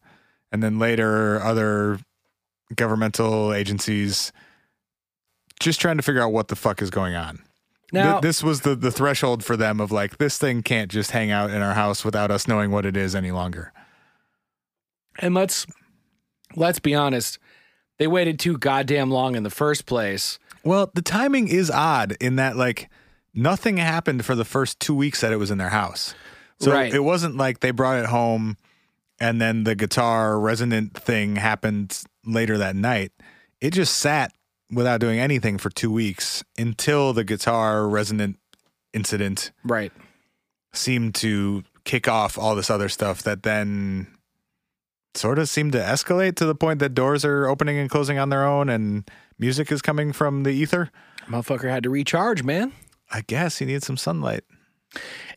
and then later other governmental agencies, just trying to figure out what the fuck is going on. Th-
Now,
this was the, the threshold for them of like, this thing can't just hang out in our house without us knowing what it is any longer.
and let's let's be honest. They waited too goddamn long in the first place.
Well, the timing is odd in that like nothing happened for the first two weeks that it was in their house. So
Right.
it wasn't like they brought it home and then the guitar resonant thing happened later that night. It just sat without doing anything for two weeks until the guitar resonant incident
Right.
seemed to kick off all this other stuff that then sort of seemed to escalate to the point that doors are opening and closing on their own and music is coming from the ether.
Motherfucker had to recharge, man.
I guess he needs some sunlight.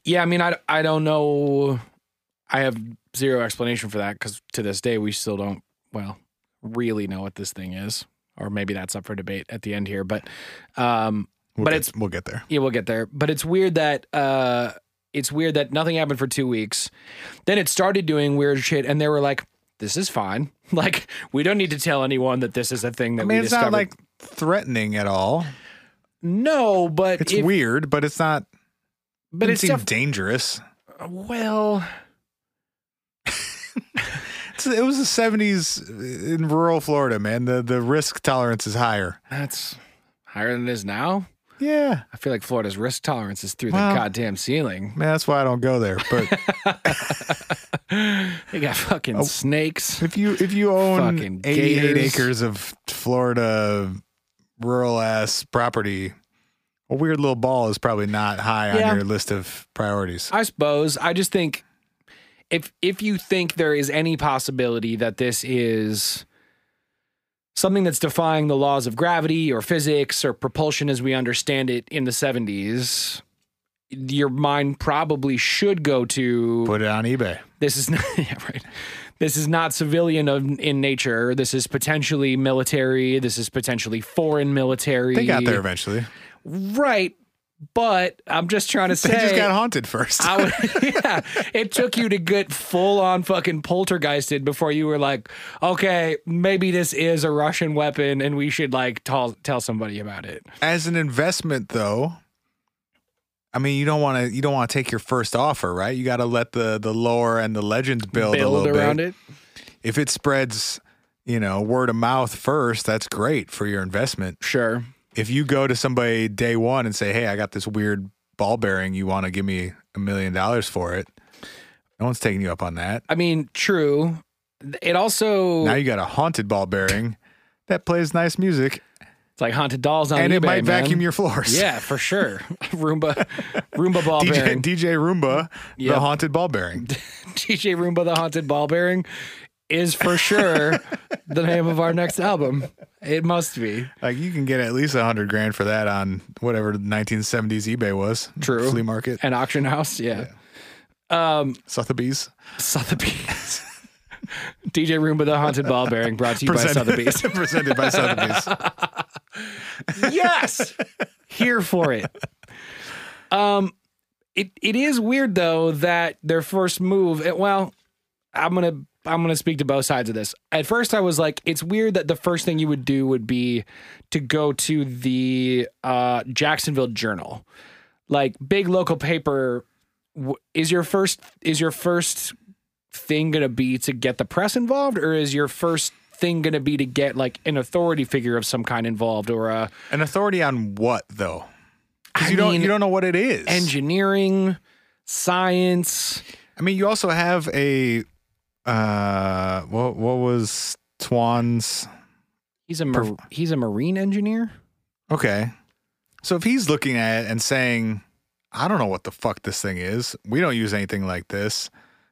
Yeah, I mean, I, I don't know. I have zero explanation for that because to this day, we still don't, well, really know what this thing is. Or maybe that's up for debate at the end here. But, um,
We'll
But
get,
it's-
we'll get there.
yeah, we'll get there. But it's weird that, uh, it's weird that nothing happened for two weeks. Then it started doing weird shit, and they were like, this is fine. [laughs] Like, we don't need to tell anyone that this is a thing that
I mean,
we
it's
discovered.
not like threatening at all.
no, but
It's
if-
weird, but it's not.
But
it
it's
seem
def-
dangerous.
well,
It's, it was the seventies in rural Florida, man. The the risk tolerance is higher.
that's higher than it is now.
Yeah,
I feel like Florida's risk tolerance is through
Well-
the goddamn ceiling. [laughs]
man. That's why I don't go there. But
They got
Oh.
fucking snakes.
if you if you own
Fucking
eighty eight
gators.
acres of Florida rural ass property, a weird little ball is probably not high
Yeah.
on your list of priorities.
I suppose. I just think if if you think there is any possibility that this is something that's defying the laws of gravity or physics or propulsion as we understand it in the 70s, your mind probably should go to
Put it on eBay.
this is [laughs] not yeah, right. This is not civilian of, in nature. This is potentially military. This is potentially foreign military.
They got there eventually.
right? But I'm just trying to say,
[laughs] They just got haunted
[laughs]
first.
I would, yeah, it took you to get full on fucking poltergeisted before you were like, okay, maybe this is a Russian weapon, and we should like tell tell somebody about it.
As an investment, though, I mean, you don't want to you don't want to take your first offer, right? You got to let the the lore and the legends build, a
Build
little
around
bit.
it.
If it spreads, you know, word of mouth first, that's great for your investment.
Sure.
If you go to somebody day one and say, "Hey, I got this weird ball bearing. You want to give me a million dollars for it?" No one's taking you up on that.
I mean, true. It also
Now you got a haunted
[laughs]
ball bearing that plays nice music,
it's like haunted dolls on
and it
eBay,
might
man.
vacuum your floors.
Yeah, for sure. [laughs] Roomba, Roomba ball
[laughs] DJ,
bearing.
DJ Roomba,
Yep.
the haunted ball bearing.
DJ Roomba, the haunted ball bearing, is for sure the name of our next album. It must be
Like you can get at least a hundred grand for that on whatever 1970s eBay was.
True.
Flea market,
an auction house. Yeah,
Sotheby's.
Sotheby's. [laughs] DJ Roomba, the haunted ball bearing, brought to you by Sotheby's.
[laughs] presented by Sotheby's.
yes here for it um it it is weird though that their first move it, well i'm gonna i'm gonna speak to both sides of this at first i was like it's weird that the first thing you would do would be to go to the uh jacksonville journal like big local paper w- is your first is your first thing going to be to get the press involved or is your first thing going to be to get like an authority figure of some kind involved or a
An authority on what though?
I
Because you don't
mean,
you don't know what it is.
engineering, science.
I mean, you also have a uh, what what was Twan's?
He's a mar- he's a marine engineer.
Okay, so if he's looking at it and saying, "I don't know what the fuck this thing is. We don't use anything like this.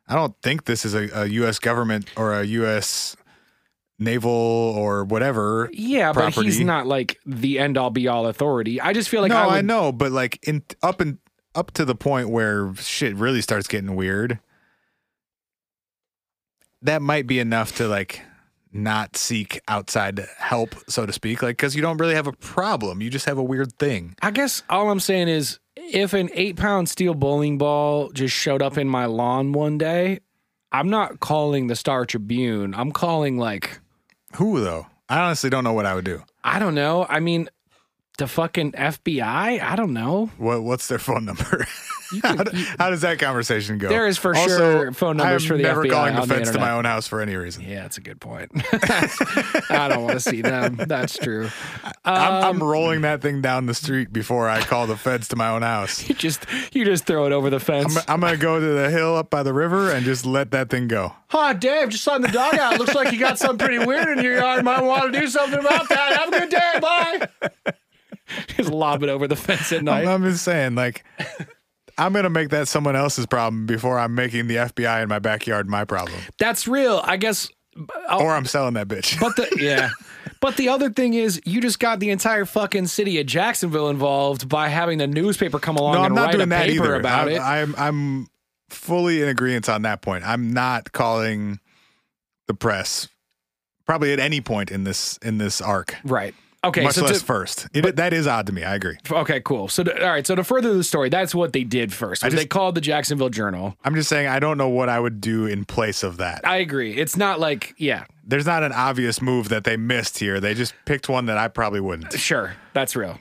I don't think this is a, a U.S. government or a U.S." Naval or whatever
Yeah, but he's
Property.
not like the end all be all authority. I just feel like
no,
I, would,
I know, but like in up and up to the point where shit really starts getting weird, that might be enough to like not seek outside help, so to speak, like because you don't really have a problem, you just have a weird thing.
I guess all I'm saying is if an eight pound steel bowling ball just showed up in my lawn one day, I'm not calling the Star Tribune. I'm calling like
Who though? I honestly don't know what I would do.
I don't know. I mean, the fucking FBI. I don't know.
What what's their phone [laughs] number? how, do- how does that conversation go?
There is for
Also,
sure phone numbers
I'm
for the
never
FBI
calling
on the
defense to
internet.
my own house for any reason.
Yeah, that's a good point. [laughs] I don't want to see them. That's true.
I'm, I'm
Um,
rolling that thing down the street before I call the feds to my own house.
You just you just throw it over the fence.
I'm, I'm gonna go to the hill up by the river and just let that thing go.
Hi, Dave. Just letting the dog out. Looks like you got something pretty weird in your yard. Might want to do something about that. Have a good day. Bye. [laughs] Just lob it over the fence at night.
I'm, I'm just saying, like, I'm gonna make that someone else's problem before I'm making the FBI in my backyard my problem,
That's real, I guess. Oh.
or I'm selling that bitch.
But the yeah. But the other thing is, you just got the entire fucking city of Jacksonville involved by having the newspaper come along
No, I'm
and
not
write
doing
a
that
paper
either.
about
I,
it.
I'm I'm fully in agreement on that point. I'm not calling the press probably at any point in this in this arc,
right. Okay.
much
so
less
to-
first. It, that is odd to me. I agree.
Okay, cool. So, to, all right. So to further the story, that's what they did first. was
just-
they called the Jacksonville Journal.
I'm just saying I don't know what I would do in place of that.
I agree. It's not like, yeah,
there's not an obvious move that they missed here. They just picked one that I probably wouldn't.
sure, that's real.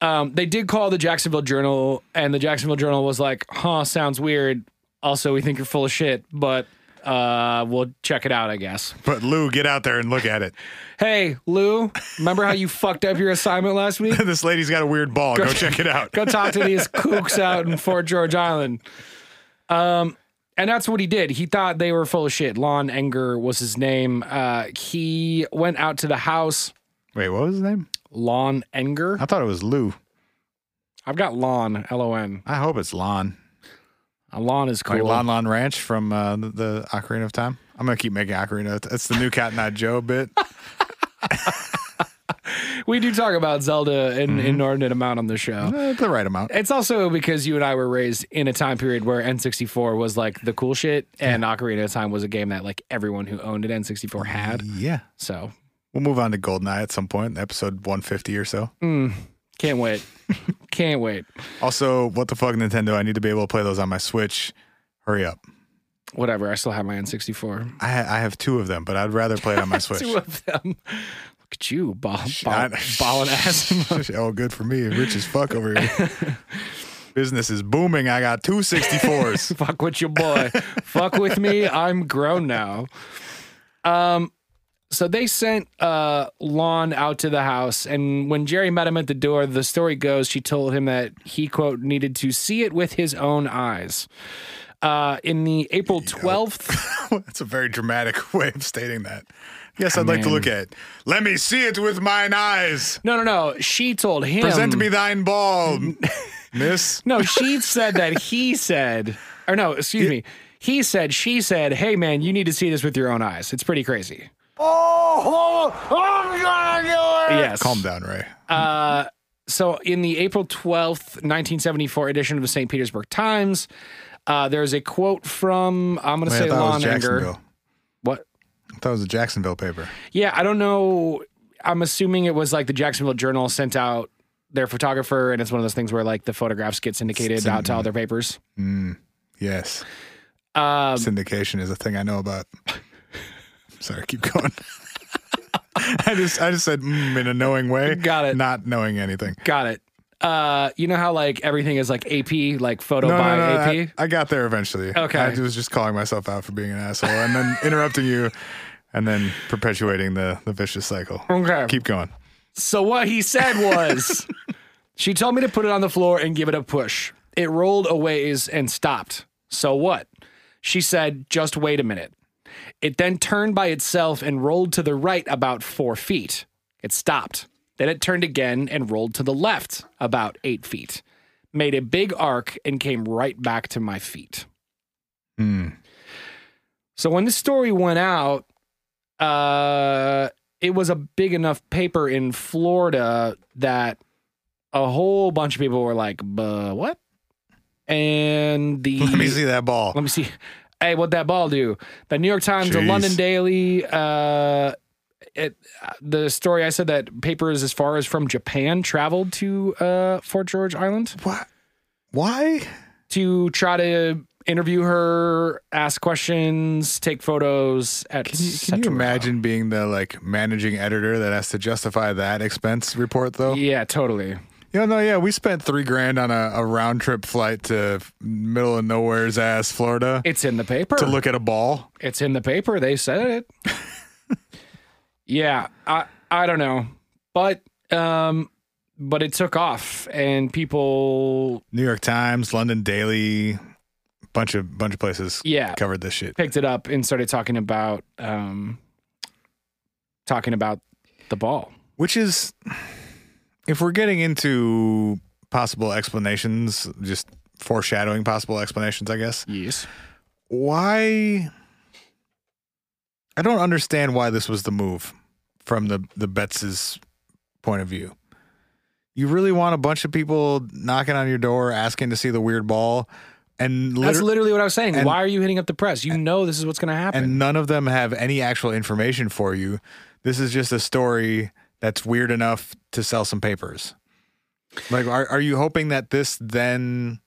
Um, they did call the Jacksonville Journal, and the Jacksonville Journal was like, "Huh, sounds weird. Also, we think you're full of shit, but uh, we'll check it out, I guess."
But Lou, get out there and look at it. [laughs]
Hey, Lou, remember how you [laughs] fucked up your assignment last week?
this lady's got a weird ball. Go check it out.
go talk to these kooks out in Fort George Island. Um, and that's what he did. He thought they were full of shit. Lon Enger was his name. Uh, he went out to the house.
Wait, what was his name?
Lon Enger.
I thought it was Lou.
I've got Lon, L O N.
I hope it's Lon.
Uh, Lon is cool.
Like Lon Lon Ranch from uh, the, the Ocarina
[laughs]
of Time. I'm gonna keep making Ocarina. of T- It's the new Cat Not Joe bit.
we do talk about Zelda an inordinate amount on the show.
Uh, the right amount.
It's also because you and I were raised in a time period where N64 was like the cool shit, and Ocarina of Time was a game that like everyone who owned an N64 had.
Yeah.
So
We'll move on to Goldeneye at some point, episode 150 or so.
can't wait, can't wait.
Also, what the fuck, Nintendo? I need to be able to play those on my Switch. Hurry up.
Whatever. I still have my N64.
I, ha- I have two of them, but I'd rather play
[laughs]
it on my Switch.
Two of them. Look at you, ball, ball,
I- [laughs]
balling ass.
oh, good for me. Rich as fuck over here.
[laughs]
Business is booming. I got
[laughs]
two 64s.
Fuck with your boy. Fuck with me. I'm grown now. Um, so they sent uh, Lon out to the house, and when Jerry met him at the door, the story goes she told him that he quote needed to see it with his own eyes. Uh, in the April twelfth,
[laughs] That's a very dramatic [laughs] way of stating that. Yes, I'd like to
mean-
look at it. Let me see it with mine eyes.
no, no, no, she told him.
Present me
[laughs]
thine ball, miss.
No, she said that he said, or no, excuse me, he said she said, "Hey man, you need to see this with your own eyes." It's pretty crazy.
Oh, I'm gonna do
Yes,
Calm down, Ray.
so in the April 12th, 1974 edition of the St. Petersburg Times, uh, there's a quote from, I'm going to
Wait,
say
I thought it was
Lon
Jacksonville.
Enger. What?
I thought it was a Jacksonville paper.
Yeah, I don't know. I'm assuming it was like the Jacksonville Journal sent out their photographer, and it's one of those things where like the photographs get syndicated out to all their papers.
Yes.
Um,
Syndication is a thing I know about. Sorry, keep going. [laughs] I just I just said mm, in a knowing way.
Got it.
Not knowing anything.
got it. Uh, you know how like everything is like AP, like photo
No,
Oh, by
no, no,
AP?
I, I got there eventually.
Okay.
I was just calling myself out for being an asshole and then interrupting you and then perpetuating the, the vicious cycle.
Okay.
Keep going.
So what he said
[laughs]
was, she told me to put it on the floor and give it a push. It rolled a ways and stopped. So what? She said, just wait a minute. It then turned by itself and rolled to the right about four feet. It stopped. Then it turned again and rolled to the left about eight feet, made a big arc, and came right back to my feet.
Hmm.
So when this story went out, uh, it was a big enough paper in Florida that a whole bunch of people were like, "Buh, what?" And the
[laughs] Let me see that ball.
let me see. Hey, what that ball do? The New York Times, the
Jeez.
London Daily. Uh, it, uh, the story I said that papers as far as from Japan traveled to uh, Fort George Island
What? Why?
to try to interview her, ask questions, take photos. Et
Can you, can you imagine being the like managing editor that has to justify that expense report though?
Yeah, totally.
Yeah, no, yeah, we spent three grand on a, a round trip flight to middle of nowhere's ass Florida
It's in the paper.
to look at a ball.
It's in the paper. They said it.
[laughs]
yeah, I I don't know, but um, but it took off and people
New York Times, London Daily, bunch of bunch of places
yeah
covered this shit.
picked it up and started talking about um, talking about the ball.
Which is if we're getting into possible explanations, just foreshadowing possible explanations, I guess.
Yes.
Why I don't understand why this was the move from the the Betts's point of view. You really want a bunch of people knocking on your door asking to see the weird ball and
That's
liter-
literally what I was saying.
and-
Why are you hitting up the press? You know this is what's going to happen.
and none of them have any actual information for you. This is just a story that's weird enough to sell some papers. Like, are, are you hoping that this then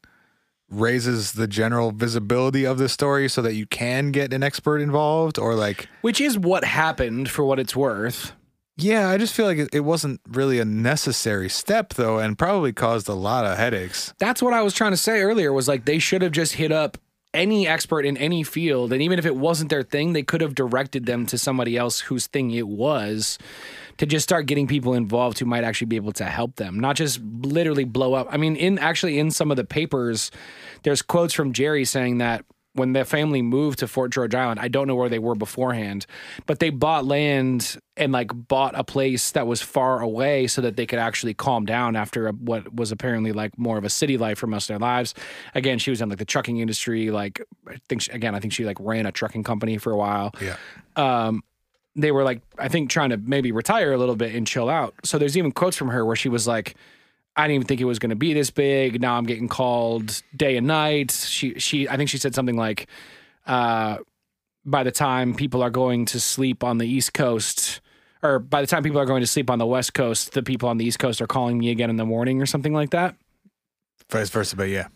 raises the general visibility of the story so that you can get an expert involved? Or, like,
Which is what happened for what it's worth.
yeah, I just feel like it, it wasn't really a necessary step, though, and probably caused a lot of headaches.
That's what I was trying to say earlier was like they should have just hit up any expert in any field and even if it wasn't their thing, they could have directed them to somebody else whose thing it was to just start getting people involved who might actually be able to help them, not just literally blow up. I mean, in actually in some of the papers there's quotes from Jerry saying that when the family moved to Fort George Island, I don't know where they were beforehand, but they bought land and like bought a place that was far away so that they could actually calm down after a, what was apparently like more of a city life for most of their lives. Again, she was in like the trucking industry. Like, I think, she, again, I think she like ran a trucking company for a while.
Yeah.
they were like, I think trying to maybe retire a little bit and chill out. So there's even quotes from her where she was like, I didn't even think it was going to be this big. Now I'm getting called day and night. She she I think she said something like, uh, by the time people are going to sleep on the East Coast, or by the time people are going to sleep on the West Coast, the people on the East Coast are calling me again in the morning or something like that.
Vice versa, but yeah,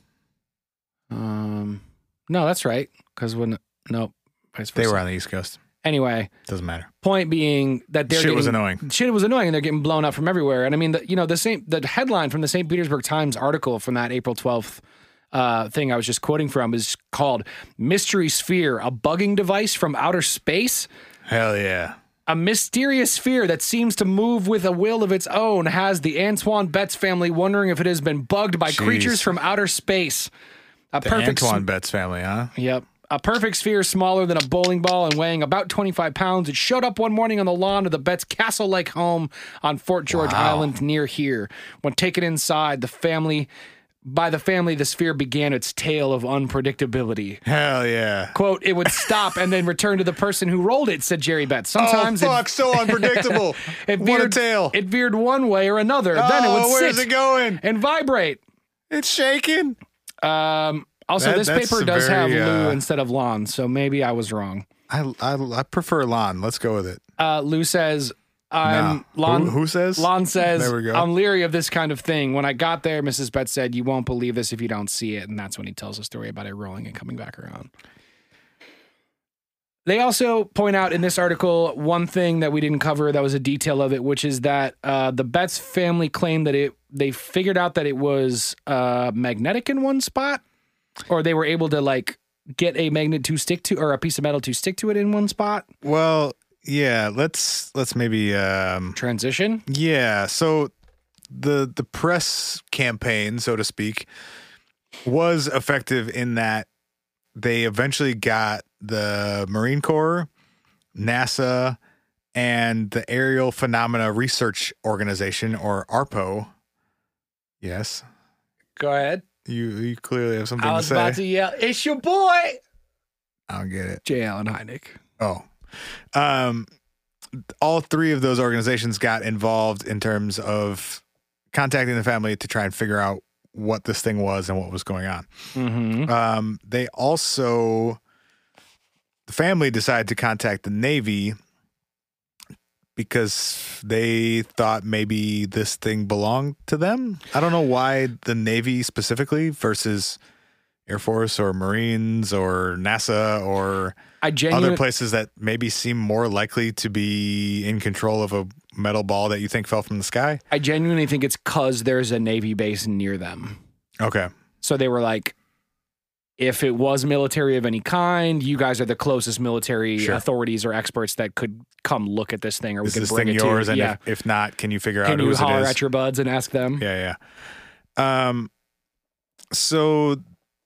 Um, no, that's right. Because when nope, vice
they
versa.
were on the East Coast.
anyway.
Doesn't matter.
Point being that they're
Shit was
getting-
annoying.
Shit was annoying, and they're getting blown up from everywhere. And I mean, the, you know, the same the headline from the St. Petersburg Times article from that April twelfth uh, thing I was just quoting from is called "Mystery Sphere: A Bugging Device from Outer Space."
Hell yeah.
A mysterious sphere that seems to move with a will of its own has the Antoine Betts family wondering if it has been bugged by creatures from outer space. A
The
perfect
Antoine Betts family, huh?
Yep. A perfect sphere smaller than a bowling ball and weighing about 25 pounds. It showed up one morning on the lawn of the Betts castle like home on Fort George Island near here. When taken inside, the family. By the family, the sphere began its tale of unpredictability.
Hell yeah.
Quote, it would stop and then return to the person who rolled it, said Jerry Betts. Sometimes
oh
it-
fuck, so unpredictable.
[laughs] it,
what a
veered,
tale.
it veered one way or another. then it
Oh,
would
where's
sit
it going?
and vibrate.
It's shaking.
Um, also,
That-
this
that's
paper
a
does have
very,
Lou
uh,
instead of lawn, so maybe I was wrong.
I, I I prefer Lon. Let's go with it.
uh, Lou says, I'm
Nah.
Lon.
Who- who says?
Lon says,
There we go.
I'm leery of this kind of thing. When I got there, Mrs. Betts said, You won't believe this if you don't see it. And that's when he tells the story about it rolling and coming back around. They also point out in this article one thing that we didn't cover that was a detail of it, which is that uh, the Betts family claimed that it they figured out that it was uh, magnetic in one spot, or they were able to like get a magnet to stick to or a piece of metal to stick to it in one spot.
Well, yeah, let's let's maybe um
Transition.
yeah, so the the press campaign, so to speak, was effective in that they eventually got the Marine Corps, NASA, and the Aerial Phenomena Research Organization or ARPO. Yes.
Go ahead.
You you clearly have something
I
to
was
say.
about to yell, "It's your boy,
I don't get it.
J. Allen Hynek."
Oh. Um all three of those organizations got involved in terms of contacting the family to try and figure out what this thing was and what was going on.
Mm-hmm.
Um they also the family decided to contact the Navy because they thought maybe this thing belonged to them. I don't know why the Navy specifically versus Air Force or Marines or NASA or
I
other
genuinely,
places that maybe seem more likely to be in control of a metal ball that you think fell from the sky.
I genuinely think it's because there's a Navy base near them,
Okay.
so they were like, "If it was military of any kind, you guys are the closest military
Sure.
authorities or experts that could come look at this thing, or we
Is
could
this
bring
thing
it to
yours? And
yeah,
if, if not, can you figure
can
out
you
whose it
holler
is?
at your buds and ask them?"
yeah, yeah. Um, so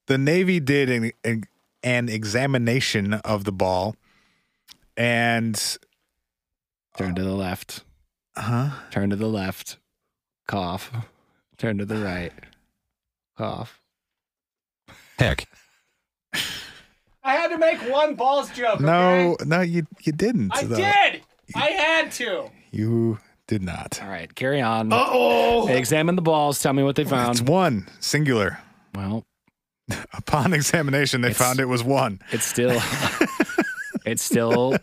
the Navy did an, an, an examination of the ball and,
Turn to the left.
huh?
Turn to the left. Cough. Turn to the right. Cough.
Heck,
I had to make one balls joke.
No, no, you, you didn't. though.
did. I had to.
You did not.
All right, carry on. Uh oh. They examined the balls. Tell me what they
It's
found.
one singular.
Well,
Upon [laughs] examination, they
It's-
found it was one.
it's still, [laughs] it's still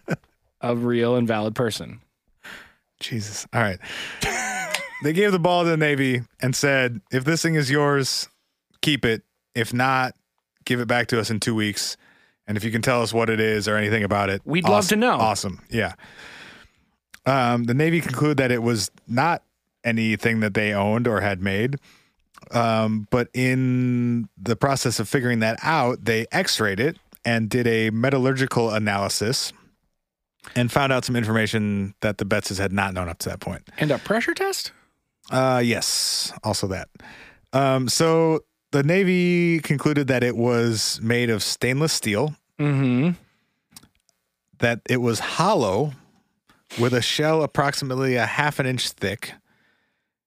a real and valid person.
Jesus. All right. they gave the ball to the Navy and said, if this thing is yours, keep it. If not, give it back to us in two weeks. And if you can tell us what it is or anything about it,
We'd love to
awesome-
know.
Awesome. Yeah. Um, the Navy concluded that it was not anything that they owned or had made. Um, but in the process of figuring that out, they x rayed it and did a metallurgical analysis and found out some information that the Betzes had not known up to that point.
And a pressure test.
Uh, yes, also that. Um, so the Navy concluded that it was made of stainless steel,
Mm-hmm.
that it was hollow with a shell approximately a half an inch thick,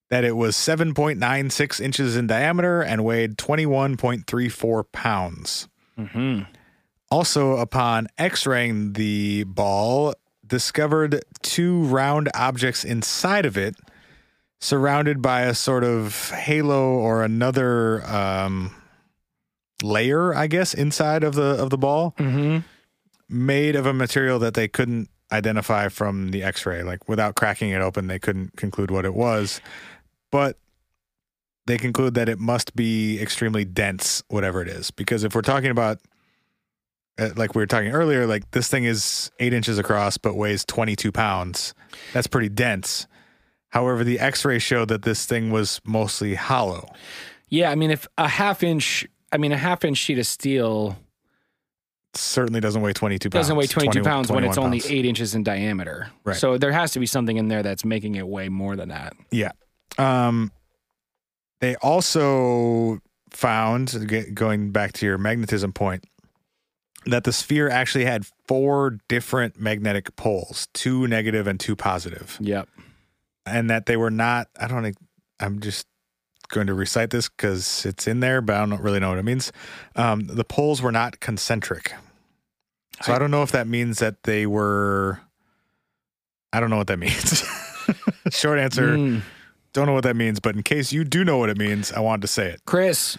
that it was 7.96 inches in diameter and weighed 21.34 pounds.
Mm-hmm.
Also, upon x raying the ball, discovered two round objects inside of it, surrounded by a sort of halo or another um, layer, I guess, inside of the of the ball,
Mm-hmm.
made of a material that they couldn't identify from the X-ray. Like without cracking it open, they couldn't conclude what it was, but they conclude that it must be extremely dense, whatever it is, because if we're talking about uh, like we were talking earlier, like this thing is eight inches across but weighs 22 pounds. That's pretty dense. However, the x ray showed that this thing was mostly hollow.
Yeah, I mean, if a half inch, I mean, a half inch sheet of steel
Certainly doesn't weigh 22 pounds.
doesn't weigh 22
20
pounds when it's
21
only
pounds.
eight inches in diameter.
Right.
So there has to be something in there that's making it weigh more than that.
Yeah. Um, they also found, g- going back to your magnetism point, that the sphere actually had four different magnetic poles two negative and two positive,
Yep.
and that they were not, I don't think, I'm just going to recite this because it's in there, but I don't really know what it means. Um, the poles were not concentric. So I,
I-
don't know if that means that they were. I don't know what that means. [laughs] Short answer.
Mm.
Don't know what that means, but in case you do know what it means, I wanted to say it.
Chris,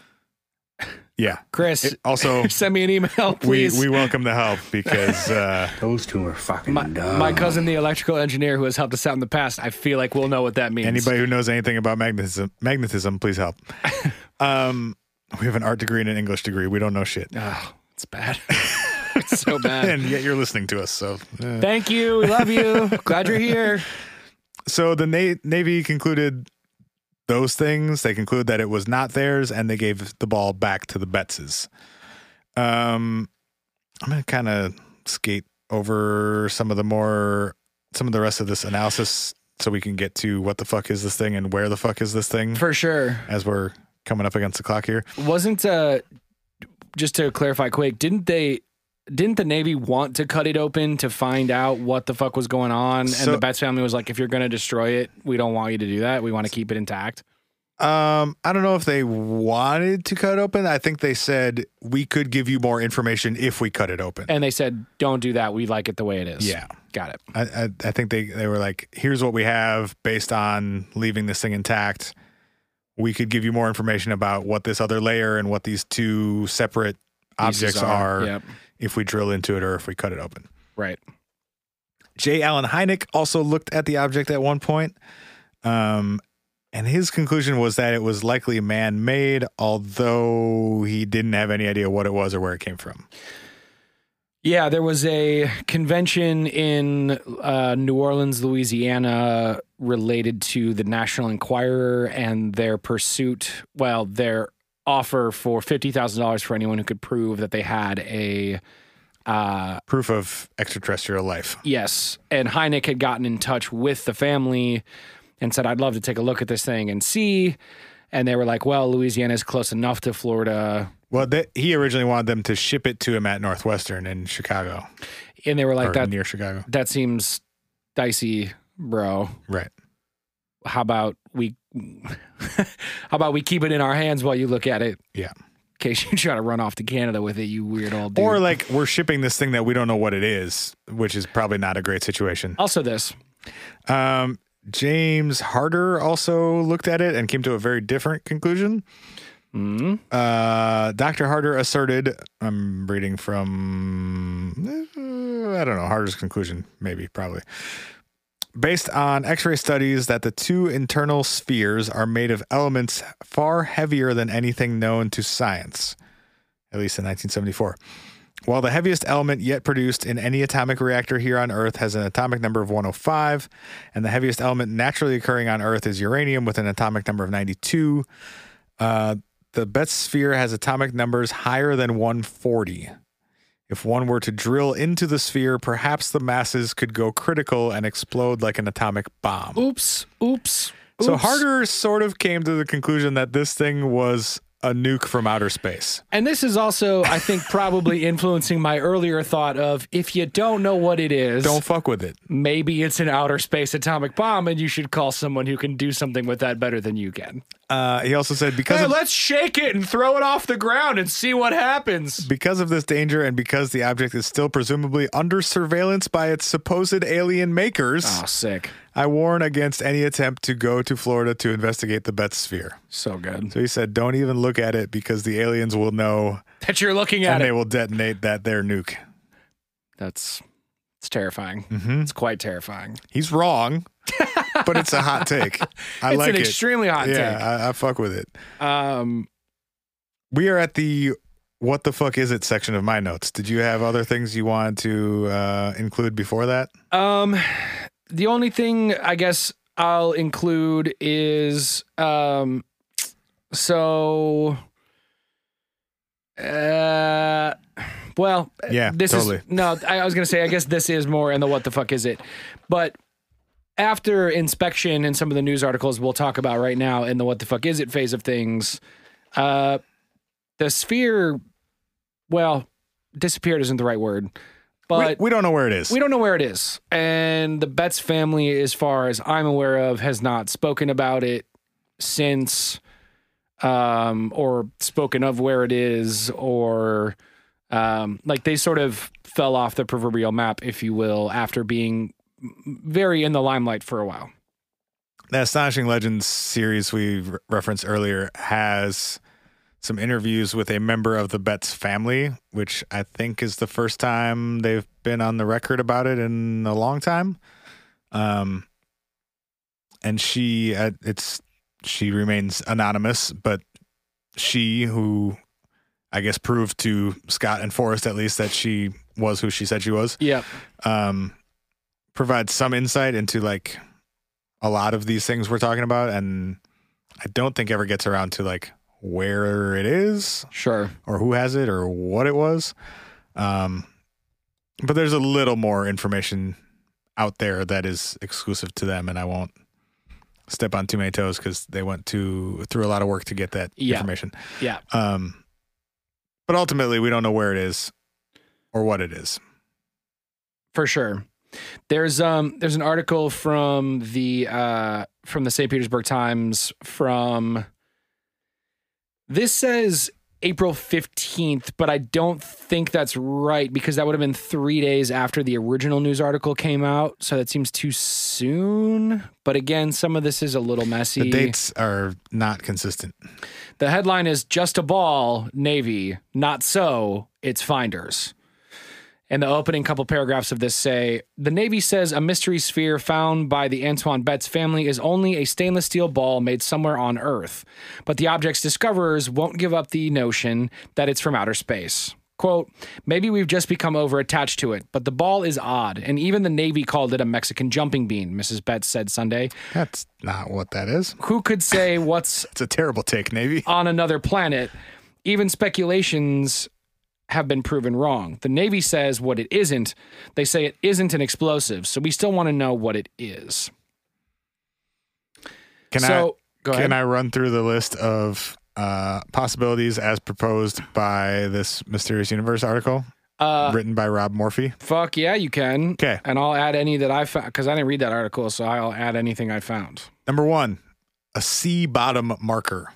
Yeah.
Chris,
It- [laughs] also,
send me an email,
we,
please.
we welcome the help because uh,
Those two are fucking
my,
dumb.
my cousin, the electrical engineer who has helped us out in the past, I feel like we'll know what that means.
anybody who knows anything about magnetism, magnetism, please help. Um, we have an art degree and an English degree. We don't know shit,
Oh, it's [laughs] bad. it's so bad.
and yet you're listening to us. So, uh.
Thank you. We love you. [laughs] Glad you're here.
so the Na- Navy concluded those things. They conclude that it was not theirs, and they gave the ball back to the Betses. Um, I'm gonna kind of skate over some of the more some of the rest of this analysis, so we can get to what the fuck is this thing and where the fuck is this thing
For sure.
as we're coming up against the clock here.
Wasn't uh just to clarify quick, didn't they didn't the Navy want to cut it open to find out what the fuck was going on?
So-
and the Betts family was like, if you're gonna destroy it, we don't want you to do that. We want to keep it intact.
Um, I don't know if they wanted to cut it open. I think they said we could give you more information if we cut it open.
And they said, Don't do that. We like it the way it is.
Yeah.
Got it.
I, I, I think they, they were like, here's what we have based on leaving this thing intact. We could give you more information about what this other layer and what these two separate
Pieces
objects are,
Yep.
if we drill into it or if we cut it open.
Right.
J. Allen Hynek also looked at the object at one point, um, and his conclusion was that it was likely man made, although he didn't have any idea what it was or where it came from.
Yeah, there was a convention in uh, New Orleans, Louisiana, related to the National Enquirer and their pursuit, well, their offer for $50,000 for anyone who could prove that they had a. Uh,
Proof of extraterrestrial life.
yes. And Hynek had gotten in touch with the family and said, I'd love to take a look at this thing and see. And they were like, well, Louisiana is close enough to Florida.
Well, that he originally wanted them to ship it to him at Northwestern in Chicago
And they were like,
or
that,
near Chicago.
that seems dicey, bro.
Right.
how about we [laughs] how about we keep it in our hands while you look at it
Yeah.
in case you try to run off to canada with it you weird old dude
Or like we're shipping this thing that we don't know what it is, which is probably not a great situation.
also this
Um, James Harder also looked at it and came to a very different conclusion.
mm,
Uh, Dr. Harder asserted, I'm reading from, uh, I don't know, Harder's conclusion, maybe, probably. Based on x ray studies, that the two internal spheres are made of elements far heavier than anything known to science, at least in 1974. While the heaviest element yet produced in any atomic reactor here on Earth has an atomic number of 105, and the heaviest element naturally occurring on Earth is uranium with an atomic number of 92, uh, the Betz sphere has atomic numbers higher than 140. If one were to drill into the sphere, perhaps the masses could go critical and explode like an atomic bomb.
oops oops
So
oops.
Harder sort of came to the conclusion that this thing was a nuke from outer space.
And this is also, I think, probably [laughs] influencing my earlier thought of if you don't know what it is,
Don't fuck with it.
maybe it's an outer space atomic bomb and you should call someone who can do something with that better than you can.
Uh, he also said because
Hey,
of,
let's shake it and throw it off the ground and see what happens.
because of this danger and because the object is still presumably under surveillance by its supposed alien makers,
Oh, sick.
I warn against any attempt to go to Florida to investigate the Betz sphere.
So good.
So he said, don't even look at it because the aliens will know
That you're looking at
and they
it.
will detonate that their nuke.
That's it's terrifying. It's quite terrifying.
Mm-hmm.
[laughs]
He's wrong, but it's a hot take. I
it's
like
an
it.
extremely hot
yeah, I, I fuck with it.
take. Um,
We are at the what the fuck is it section of my notes. Did you have other things you wanted to uh, include before that?
Um, the only thing I guess I'll include is um, so. Uh, well,
Yeah,
Uh, this
totally.
is no. I, I was gonna say, I guess this is more in the what the fuck is it, but after inspection and some of the news articles we'll talk about right now in the what the fuck is it phase of things, uh, the sphere, well, disappeared isn't the right word, but
we, we don't know where it is.
we don't know where it is. And the Betts family, as far as I'm aware of, has not spoken about it since um or spoken of where it is or um like they sort of fell off the proverbial map, if you will, after being very in the limelight for a while.
the Astonishing Legends series we re- referenced earlier has some interviews with a member of the Betts family, which I think is the first time they've been on the record about it in a long time. Um, and she, uh, it's she remains anonymous, but she, who I guess proved to Scott and Forrest at least that she was who she said she was,
Yep.
um, provides some insight into like a lot of these things we're talking about, and I don't think ever gets around to like where it is
Sure.
or who has it or what it was. Um, but there's a little more information out there that is exclusive to them, and I won't step on too many toes because they went to through a lot of work to get that
Yeah.
information.
Yeah.
Um, but ultimately, we don't know where it is or what it is.
for sure. There's um there's an article from the uh from the St. Petersburg Times from this says April 15th, but I don't think that's right because that would have been 3 days after the original news article came out, so that seems too soon. But again, some of this is a little messy.
The dates are not consistent.
The headline is Just a Ball, Navy. Not so, it's Finders. And the opening couple paragraphs of this say The Navy says a mystery sphere found by the Antoine Betts family is only a stainless steel ball made somewhere on Earth. But the object's discoverers won't give up the notion that it's from outer space. Quote, maybe we've just become over attached to it, but the ball is odd, and even the Navy called it a Mexican jumping bean, Mrs. Betts said Sunday.
That's not what that is.
Who could say what's
It's a terrible take, Navy.
on another planet, even speculations have been proven wrong. The Navy says what it isn't. They say it isn't an explosive, so we still want to know what it is.
Can
so
I
go ahead.
can I run through the list of uh, possibilities as proposed by this Mysterious Universe article
uh,
written by Rob Morphy?
fuck yeah, you can.
'Kay.
And I'll add any that I found because I didn't read that article, so I'll add anything I found.
Number one, a sea bottom marker.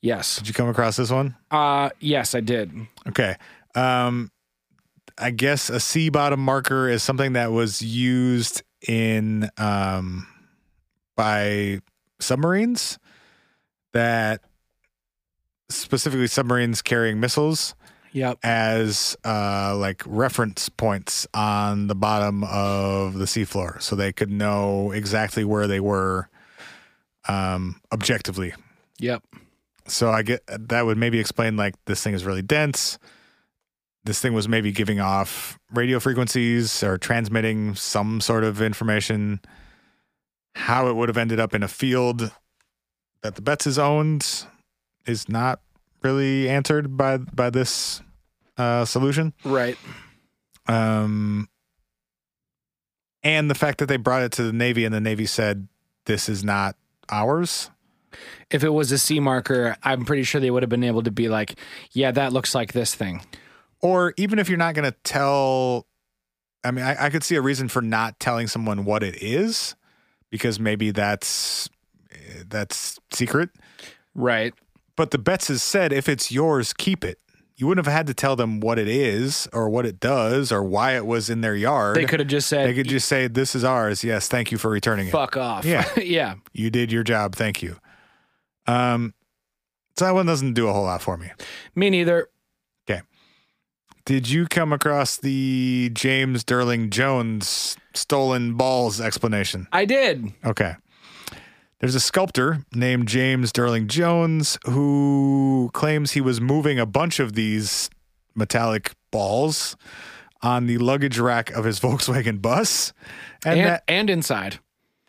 Yes.
Did you come across this one?
Uh yes, I did.
Okay. Um, I guess a sea bottom marker is something that was used in um, by submarines that specifically submarines carrying missiles
Yep.
as uh, like reference points on the bottom of the seafloor so they could know exactly where they were um, objectively
Yep.
so I get that would maybe explain like this thing is really dense. This thing was maybe giving off radio frequencies or transmitting some sort of information. How it would have ended up in a field that the Betts is owned is not really answered by by this uh, solution.
Right.
Um, and the fact that they brought it to the Navy and the Navy said this is not ours
if it was a C marker, I'm pretty sure they would have been able to be like, yeah, that looks like this thing.
Or even if you're not going to tell, I mean, I, I could see a reason for not telling someone what it is because maybe that's that's secret.
Right.
But the bets has said if it's yours, keep it. You wouldn't have had to tell them what it is or what it does or why it was in their yard.
They could have just
They
said,
could just say, "This is ours. Yes, thank you for returning
fuck off.
Yeah.
[laughs] yeah.
it. You did your job. Thank you." Um, so that one doesn't do a whole lot for me.
Me neither.
Did you come across the James Derling Jones stolen balls explanation?
I did.
Okay. There's a sculptor named James Derling Jones who claims he was moving a bunch of these metallic balls on the luggage rack of his [laughs] Volkswagen bus.
And,
And,
and,
that
inside.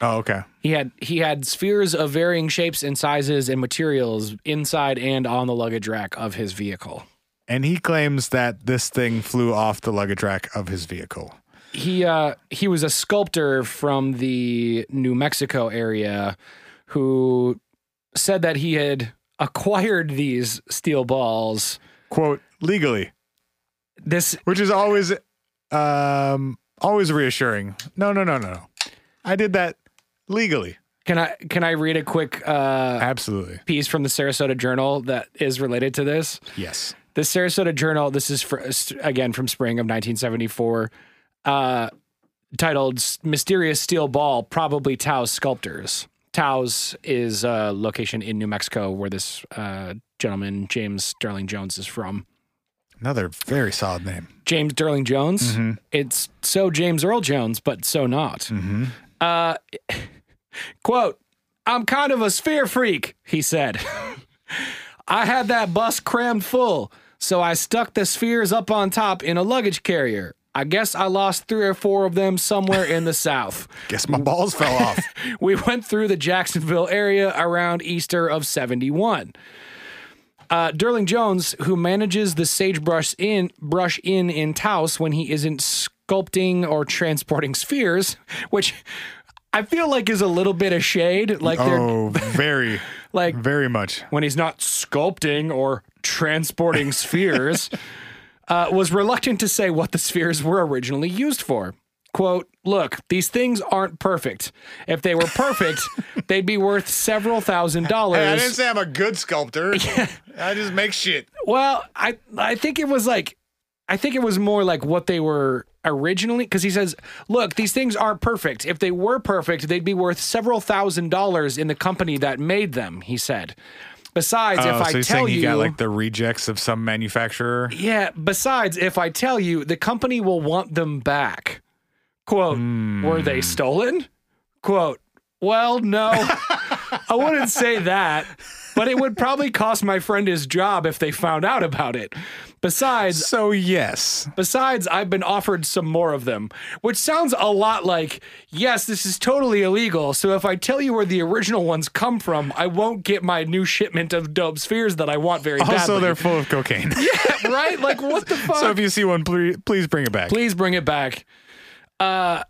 Oh, okay.
He had he had spheres of varying shapes and sizes and materials inside and on the luggage rack of his vehicle.
And he claims that this thing flew off the luggage rack of his vehicle.
he uh he was a sculptor from the New Mexico area who said that he had acquired these steel balls.
Quote, legally,
This
which is always um always reassuring. No, no, no, no, no. I did that legally.
can I can I read a quick uh
Absolutely.
piece from the Sarasota Journal that is related to this?
Yes.
The Sarasota Journal, this is for, again from spring of 1974, uh, titled Mysterious Steel Ball, Probably Taos Sculptors. Taos is a location in New Mexico where this uh, gentleman, James Sterling Jones, is from.
Another very solid name.
James Sterling Jones. It's so James Earl Jones, but so not. Uh, quote, I'm kind of a sphere freak, he said. [laughs] I had that bus crammed full, so I stuck the spheres up on top in a luggage carrier. I guess I lost three or four of them somewhere in the [laughs] south.
Guess my balls fell off.
We went through the Jacksonville area around Easter of 71. Uh, Derling Jones, who manages the Sagebrush Inn, Brush Inn in Taos when he isn't sculpting or transporting spheres, which I feel like is a little bit of shade. Like they're
[laughs] Oh, very,
like
very much.
when he's not sculpting or transporting [laughs] spheres, uh, was reluctant to say what the spheres were originally used for. Quote, look, these things aren't perfect. If they were
[laughs]
perfect, they'd be worth several thousand dollars.
I didn't say I'm a good [laughs] sculptor. I just make shit.
Well, I I think it was like I think it was more like what they were originally because he says, "Look, these things aren't perfect. If they were perfect, they'd be worth several thousand dollars in the company that made them." He said. Besides, if I
Oh, so
tell
you're saying
you,
he got like the rejects of some manufacturer?
yeah. Besides, if I tell you, the company will want them back. Quote:
Hmm.
Were they stolen? Quote: Well, no, I wouldn't say that, but it would probably cost my friend his job if they found out about it. Besides,
So yes.
Besides, I've been offered some more of them, which sounds a lot like, yes, this is totally illegal. So if I tell you where the original ones come from, I won't get my new shipment of dope spheres that I want very
Also,
badly.
Oh, they're full of cocaine.
[laughs] right? Like, what the fuck?
[laughs] so if you see one, please, please bring it back.
Please bring it back. Uh,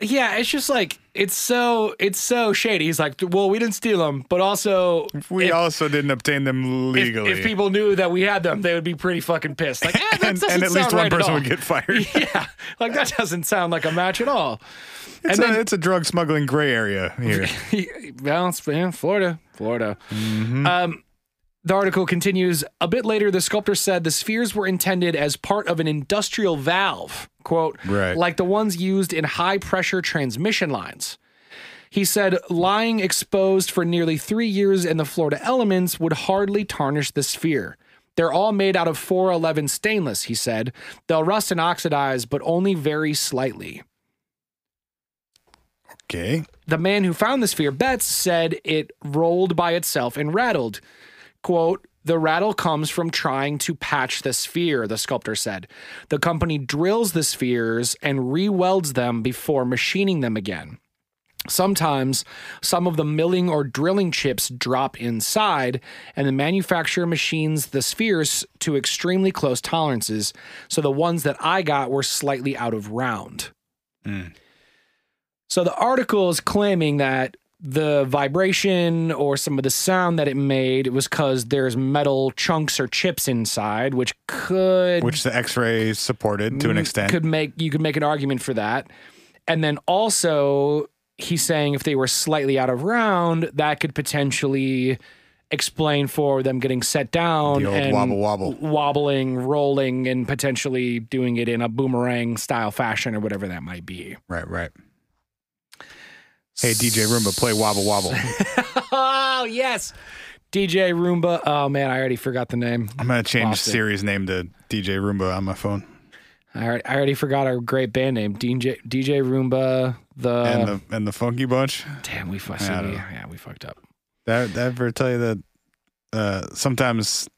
yeah, it's just like it's so it's so shady. He's like, well, we didn't steal them, but also
We
if-
also didn't obtain them
if-
legally.
If, people knew that we had them, they would be pretty fucking pissed. Like, eh, [laughs] that
and,
doesn't
and at least
sound
one
right
person
all.
would get fired.
[laughs] yeah, like that doesn't sound like a match at all.
It's,
and then-
a, it's a drug smuggling gray area
[laughs]
here.
well, it's yeah, Florida, Florida. Um, the article continues a bit later. The sculptor said the spheres were intended as part of an industrial valve, quote,
Right.
like the ones used in high pressure transmission lines. He said lying exposed for nearly three years in the Florida elements would hardly tarnish the sphere. They're all made out of 411 stainless, he said. They'll rust and oxidize, but only very slightly.
okay.
The man who found the sphere, Betts, said it rolled by itself and rattled. Quote, the rattle comes from trying to patch the sphere, the sculptor said. The company drills the spheres and re welds them before machining them again. Sometimes some of the milling or drilling chips drop inside, and the manufacturer machines the spheres to extremely close tolerances. So the ones that I got were slightly out of round. So the article is claiming that the vibration or some of the sound that it made it was because there's metal chunks or chips inside, which could
which the X-ray supported to an extent.
Mm, could make you could make an argument for that. And then also he's saying if they were slightly out of round, that could potentially explain for them getting set down
The old
and
wobble wobble.
wobbling, rolling, and potentially doing it in a boomerang style fashion or whatever that might be.
right, right. Hey DJ Roomba, play
[laughs]
Wobble Wobble.
Oh yes. DJ Roomba. Oh man, I already forgot the name.
I'm gonna change
Lost it.
series name to DJ Roomba on my phone
I already, I already forgot our great band name. DJ DJ Roomba. The,
and the and the Funky Bunch.
damn, we fucked.
I don't know.
Yeah, we fucked up.
That that ever tell you that uh, sometimes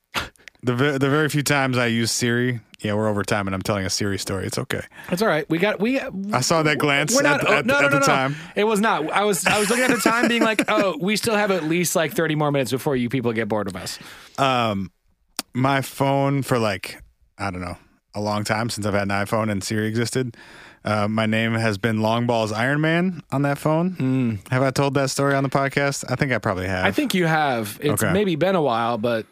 the ve- the very few times I use Siri. Yeah, we're over time, and I'm telling a Siri story. It's okay.
That's all right. We got we.
I saw that glance
We're
at,
not.
the,
oh,
at,
no,
the-
no,
at
no, no.
the time.
It was not. I was. I was looking at the time, being
[laughs]
like, "Oh, we still have at least like thirty more minutes before you people get bored of us."
um my phone for like i don't know a long time since i've had an iphone and siri existed uh, my name has been longballs iron man on that phone have i told that story on the podcast i think i probably have
Hmm. I think you have. It's
Okay.
maybe been a while, but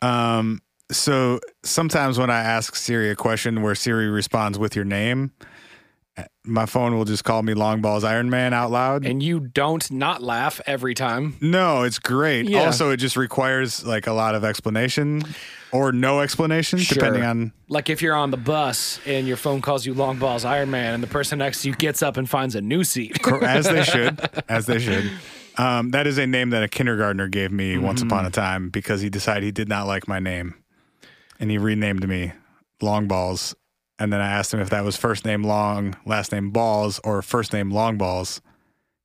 um so sometimes when i ask siri a question where siri responds with your name uh, my phone will just call me longballs iron man out loud
and you don't not laugh every time.
no, it's great.
Yeah.
Also, it just requires like a lot of explanation or no explanation, depending
Sure.
on
Like if you're on the bus and your phone calls you long balls Iron Man, and the person next to you gets up and finds a new seat.
as they should, as they should. Um, that is a name that a kindergartner gave me once upon a time because he decided he did not like my name, and he renamed me Long Balls. And then I asked him if that was first name Long, last name Balls, or first name Long Balls.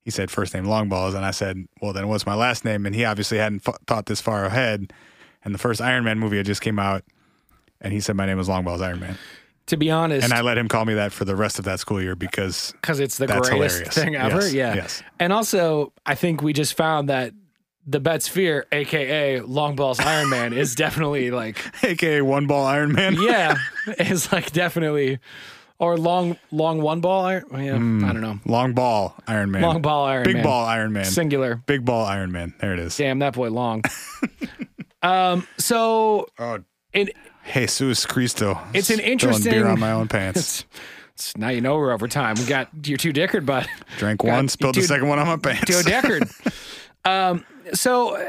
He said first name Long Balls, and I said, "Well, then what's my last name?" And he obviously hadn't f- thought this far ahead. And the first Iron Man movie had just came out, and he said my name was Long Balls Iron Man,
to be honest,
and I let him call me that for the rest of that school year because [laughs]
because it's the
That's
greatest
hilarious.
thing ever.
Yes,
Yeah.
yes.
And also, I think we just found that the Bet Sphere, aka Long Balls Iron Man, is definitely like
AKA One Ball Iron Man.
yeah, [laughs] is like definitely or long long one ball. Iron, well, yeah, I don't know.
Long ball Iron Man.
Long ball Iron
Big
Man.
ball Iron Man.
singular.
Big ball Iron Man. There it is.
Damn that boy long. um. So
Oh,
it,
Jesus Cristo.
It's an
Spilling
interesting-
beer on my own
[laughs]
pants.
it's, it's now you know we're over time. We got you're too dickered, but
Drank
God,
one, spilled the
dude,
second one on my pants.
Joe Deckard. [laughs] um, so, uh,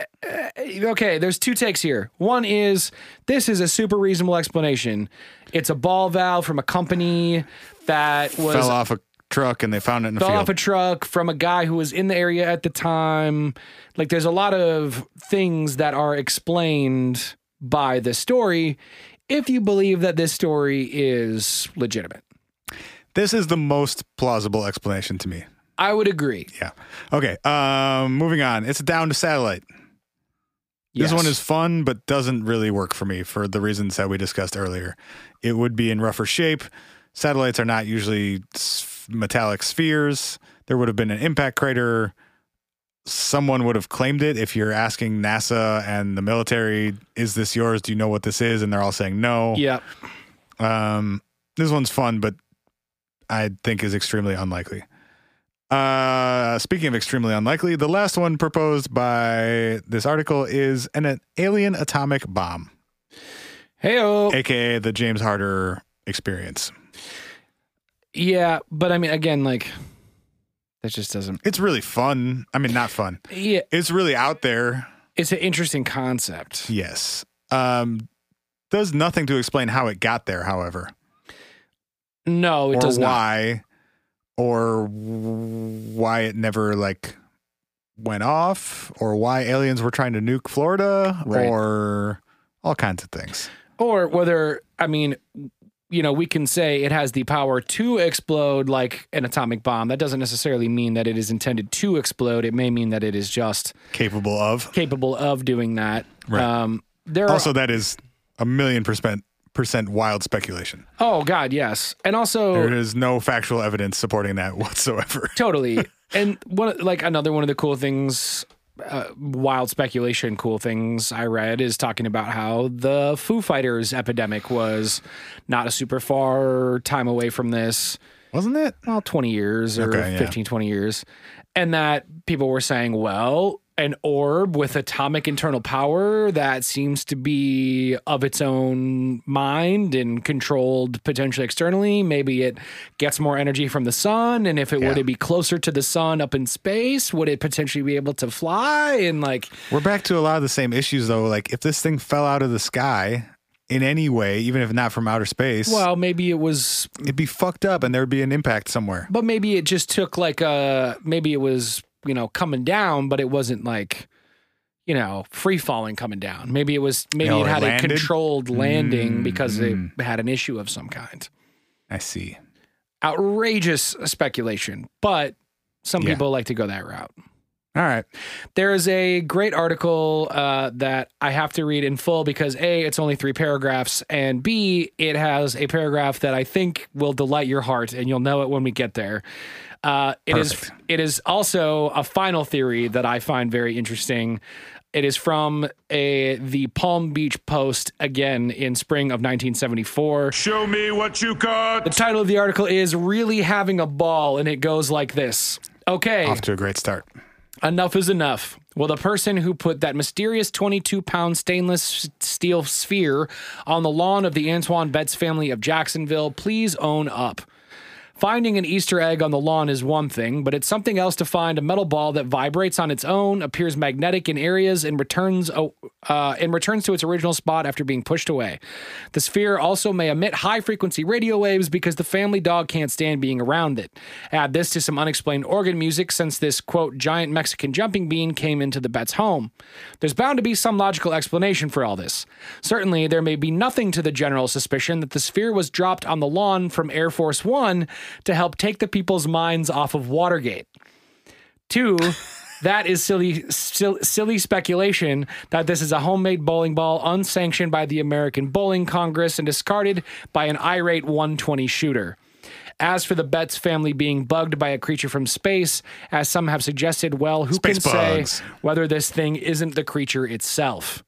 okay, there's two takes here. One is this is a super reasonable explanation. It's a ball valve from a company that was
[laughs] fell off a truck and they found it in the
fell
field.
off a truck from a guy who was in the area at the time. Like, there's a lot of things that are explained by this story if you believe that this story is legitimate.
this is the most plausible explanation to me.
I would agree.
Yeah. Okay. Um, moving on. It's down to satellite. This
Yes.
one is fun, but doesn't really work for me for the reasons that we discussed earlier. It would be in rougher shape. Satellites are not usually s- metallic spheres. There would have been an impact crater. Someone would have claimed it. If you're asking NASA and the military, is this yours? Do you know what this is? And they're all saying no.
Yeah.
Um, this one's fun, but I think is extremely unlikely. Uh, speaking of extremely unlikely, the last one proposed by this article is an, an alien atomic bomb,
Hey,
aka the James Harder experience.
Yeah, but I mean, again, like that just doesn't.
It's really fun. I mean, not fun.
Yeah,
It's really out there.
it's an interesting concept.
Yes. Um, does nothing to explain how it got there, however,
No, it
or
does not.
why, or why it never like went off, or why aliens were trying to nuke Florida,
Right.
or all kinds of things.
Or whether I mean, you know, we can say it has the power to explode like an atomic bomb. That doesn't necessarily mean that it is intended to explode. It may mean that it is just
Capable of.
capable of doing that.
Right.
Um, there are
Also, that is a million percent percent wild speculation.
oh god yes, and also
There is no factual evidence supporting that [laughs] whatsoever.
totally. and one like another one of the cool things, uh, wild speculation, cool things I read is talking about how the Foo Fighters epidemic was not a super far time away from this.
Wasn't it?
Well, 20 years or
Okay, yeah.
fifteen, twenty 15, 20 years. and that people were saying, well, an orb with atomic internal power that seems to be of its own mind and controlled potentially externally. Maybe it gets more energy from the sun. And if it were
Yeah.
to be closer to the sun up in space, would it potentially be able to fly? And like,
We're back to a lot of the same issues though. Like if this thing fell out of the sky in any way, even if not from outer space,
well, maybe it was
it'd be fucked up and there'd be an impact somewhere.
But maybe it just took like a maybe it was you know coming down, but it wasn't like you know free falling coming down. Maybe it was maybe
No,
it
it
had a
landed? Mm-hmm.
controlled landing because it had an issue of some kind.
I see.
Outrageous speculation, but some
Yeah.
people like to go that route.
All right.
There is a great article uh, that I have to read in full because A, it's only three paragraphs, and B, it has a paragraph that I think will delight your heart, and you'll know it when we get there. Uh, it is-
Perfect.
It is also a final theory that I find very interesting. It is from a the Palm Beach Post again in spring of 1974.
Show me what you got.
The title of the article is "Really Having a Ball," and it goes like this. Okay,
Off to a great start.
Enough is enough. Will the person who put that mysterious 22 pound stainless s- steel sphere on the lawn of the Antoine Betts family of Jacksonville please own up? Finding an Easter egg on the lawn is one thing, but it's something else to find a metal ball that vibrates on its own, appears magnetic in areas, and returns o- uh, and returns to its original spot after being pushed away. The sphere also may emit high frequency radio waves because the family dog can't stand being around it. Add this to some unexplained organ music since this quote giant Mexican jumping bean came into the Bet's home. There's bound to be some logical explanation for all this. Certainly, there may be nothing to the general suspicion that the sphere was dropped on the lawn from Air Force One to help take the people's minds off of Watergate. Two,
[laughs]
that is silly, sil- silly speculation that this is a homemade bowling ball unsanctioned by the American Bowling Congress and discarded by an irate 120 shooter. As for the Betts family being bugged by a creature from space, as some have suggested, well, who
Space
can
bugs.
say whether this thing isn't the creature itself?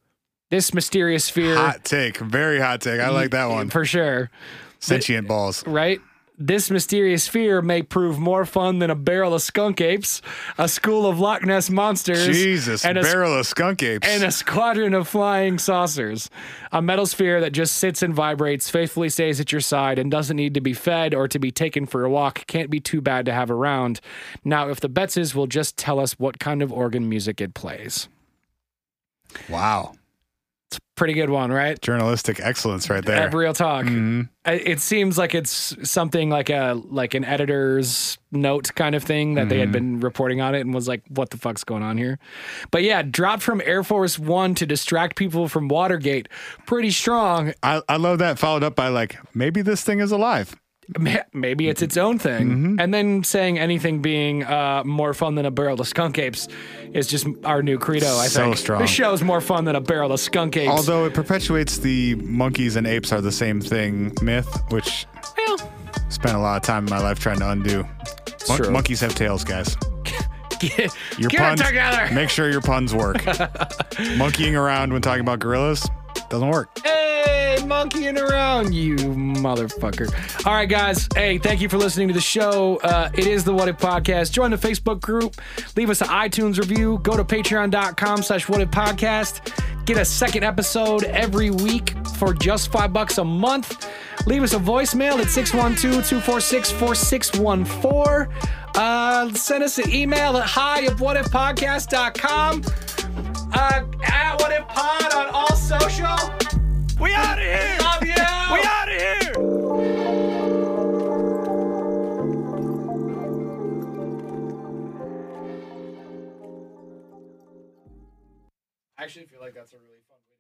This mysterious sphere,
Hot take. Very hot take. I like
[laughs]
that one.
for sure
Sentient balls.
right? This mysterious fear may prove more fun than a barrel of skunk apes, a school of Loch Ness monsters,
Jesus.
and a,
barrel of skunk apes.
and a squadron of flying saucers. A metal sphere that just sits and vibrates, faithfully stays at your side, and doesn't need to be fed or to be taken for a walk can't be too bad to have around. Now, if the Betzes will just tell us what kind of organ music it plays.
wow.
Pretty good one, right?
Journalistic excellence right there.
At Real Talk. I- It seems like it's something like a like an editor's note kind of thing that they had been reporting on it and was like, "What the fuck's going on here?" But yeah, dropped from Air Force One to distract people from Watergate. Pretty strong.
I, I love that followed up by like, maybe this thing is alive.
Ma- [laughs] Maybe it's its own thing.
Mm-hmm.
And then saying anything being uh, more fun than a barrel of skunk apes is just our new credo. I
So
think
strong.
This show is more fun than a barrel of skunk apes.
Although it perpetuates the monkeys and apes are the same thing myth, which
Well, [laughs]
spent a lot of time in my life trying to undo. Mon-
true.
monkeys have tails, guys.
get,
Your
get
puns,
it together.
make sure your
[laughs]
puns work. Monkeying around when talking about gorillas doesn't work.
Hey, monkeying around, you motherfucker. All right, guys. Hey, thank you for listening to the show. Uh, it is the What If Podcast. Join the Facebook group. Leave us an iTunes review. Go to patreon.com slash what if podcast. Get a second episode every week for just five bucks a month. Leave us a voicemail at 612-246-4614. Uh, send us an email at hi at whatifpodcast.com. Uh, at what if pod on all social. We out of here. Love you. We out of here. I actually feel like that's a really fun.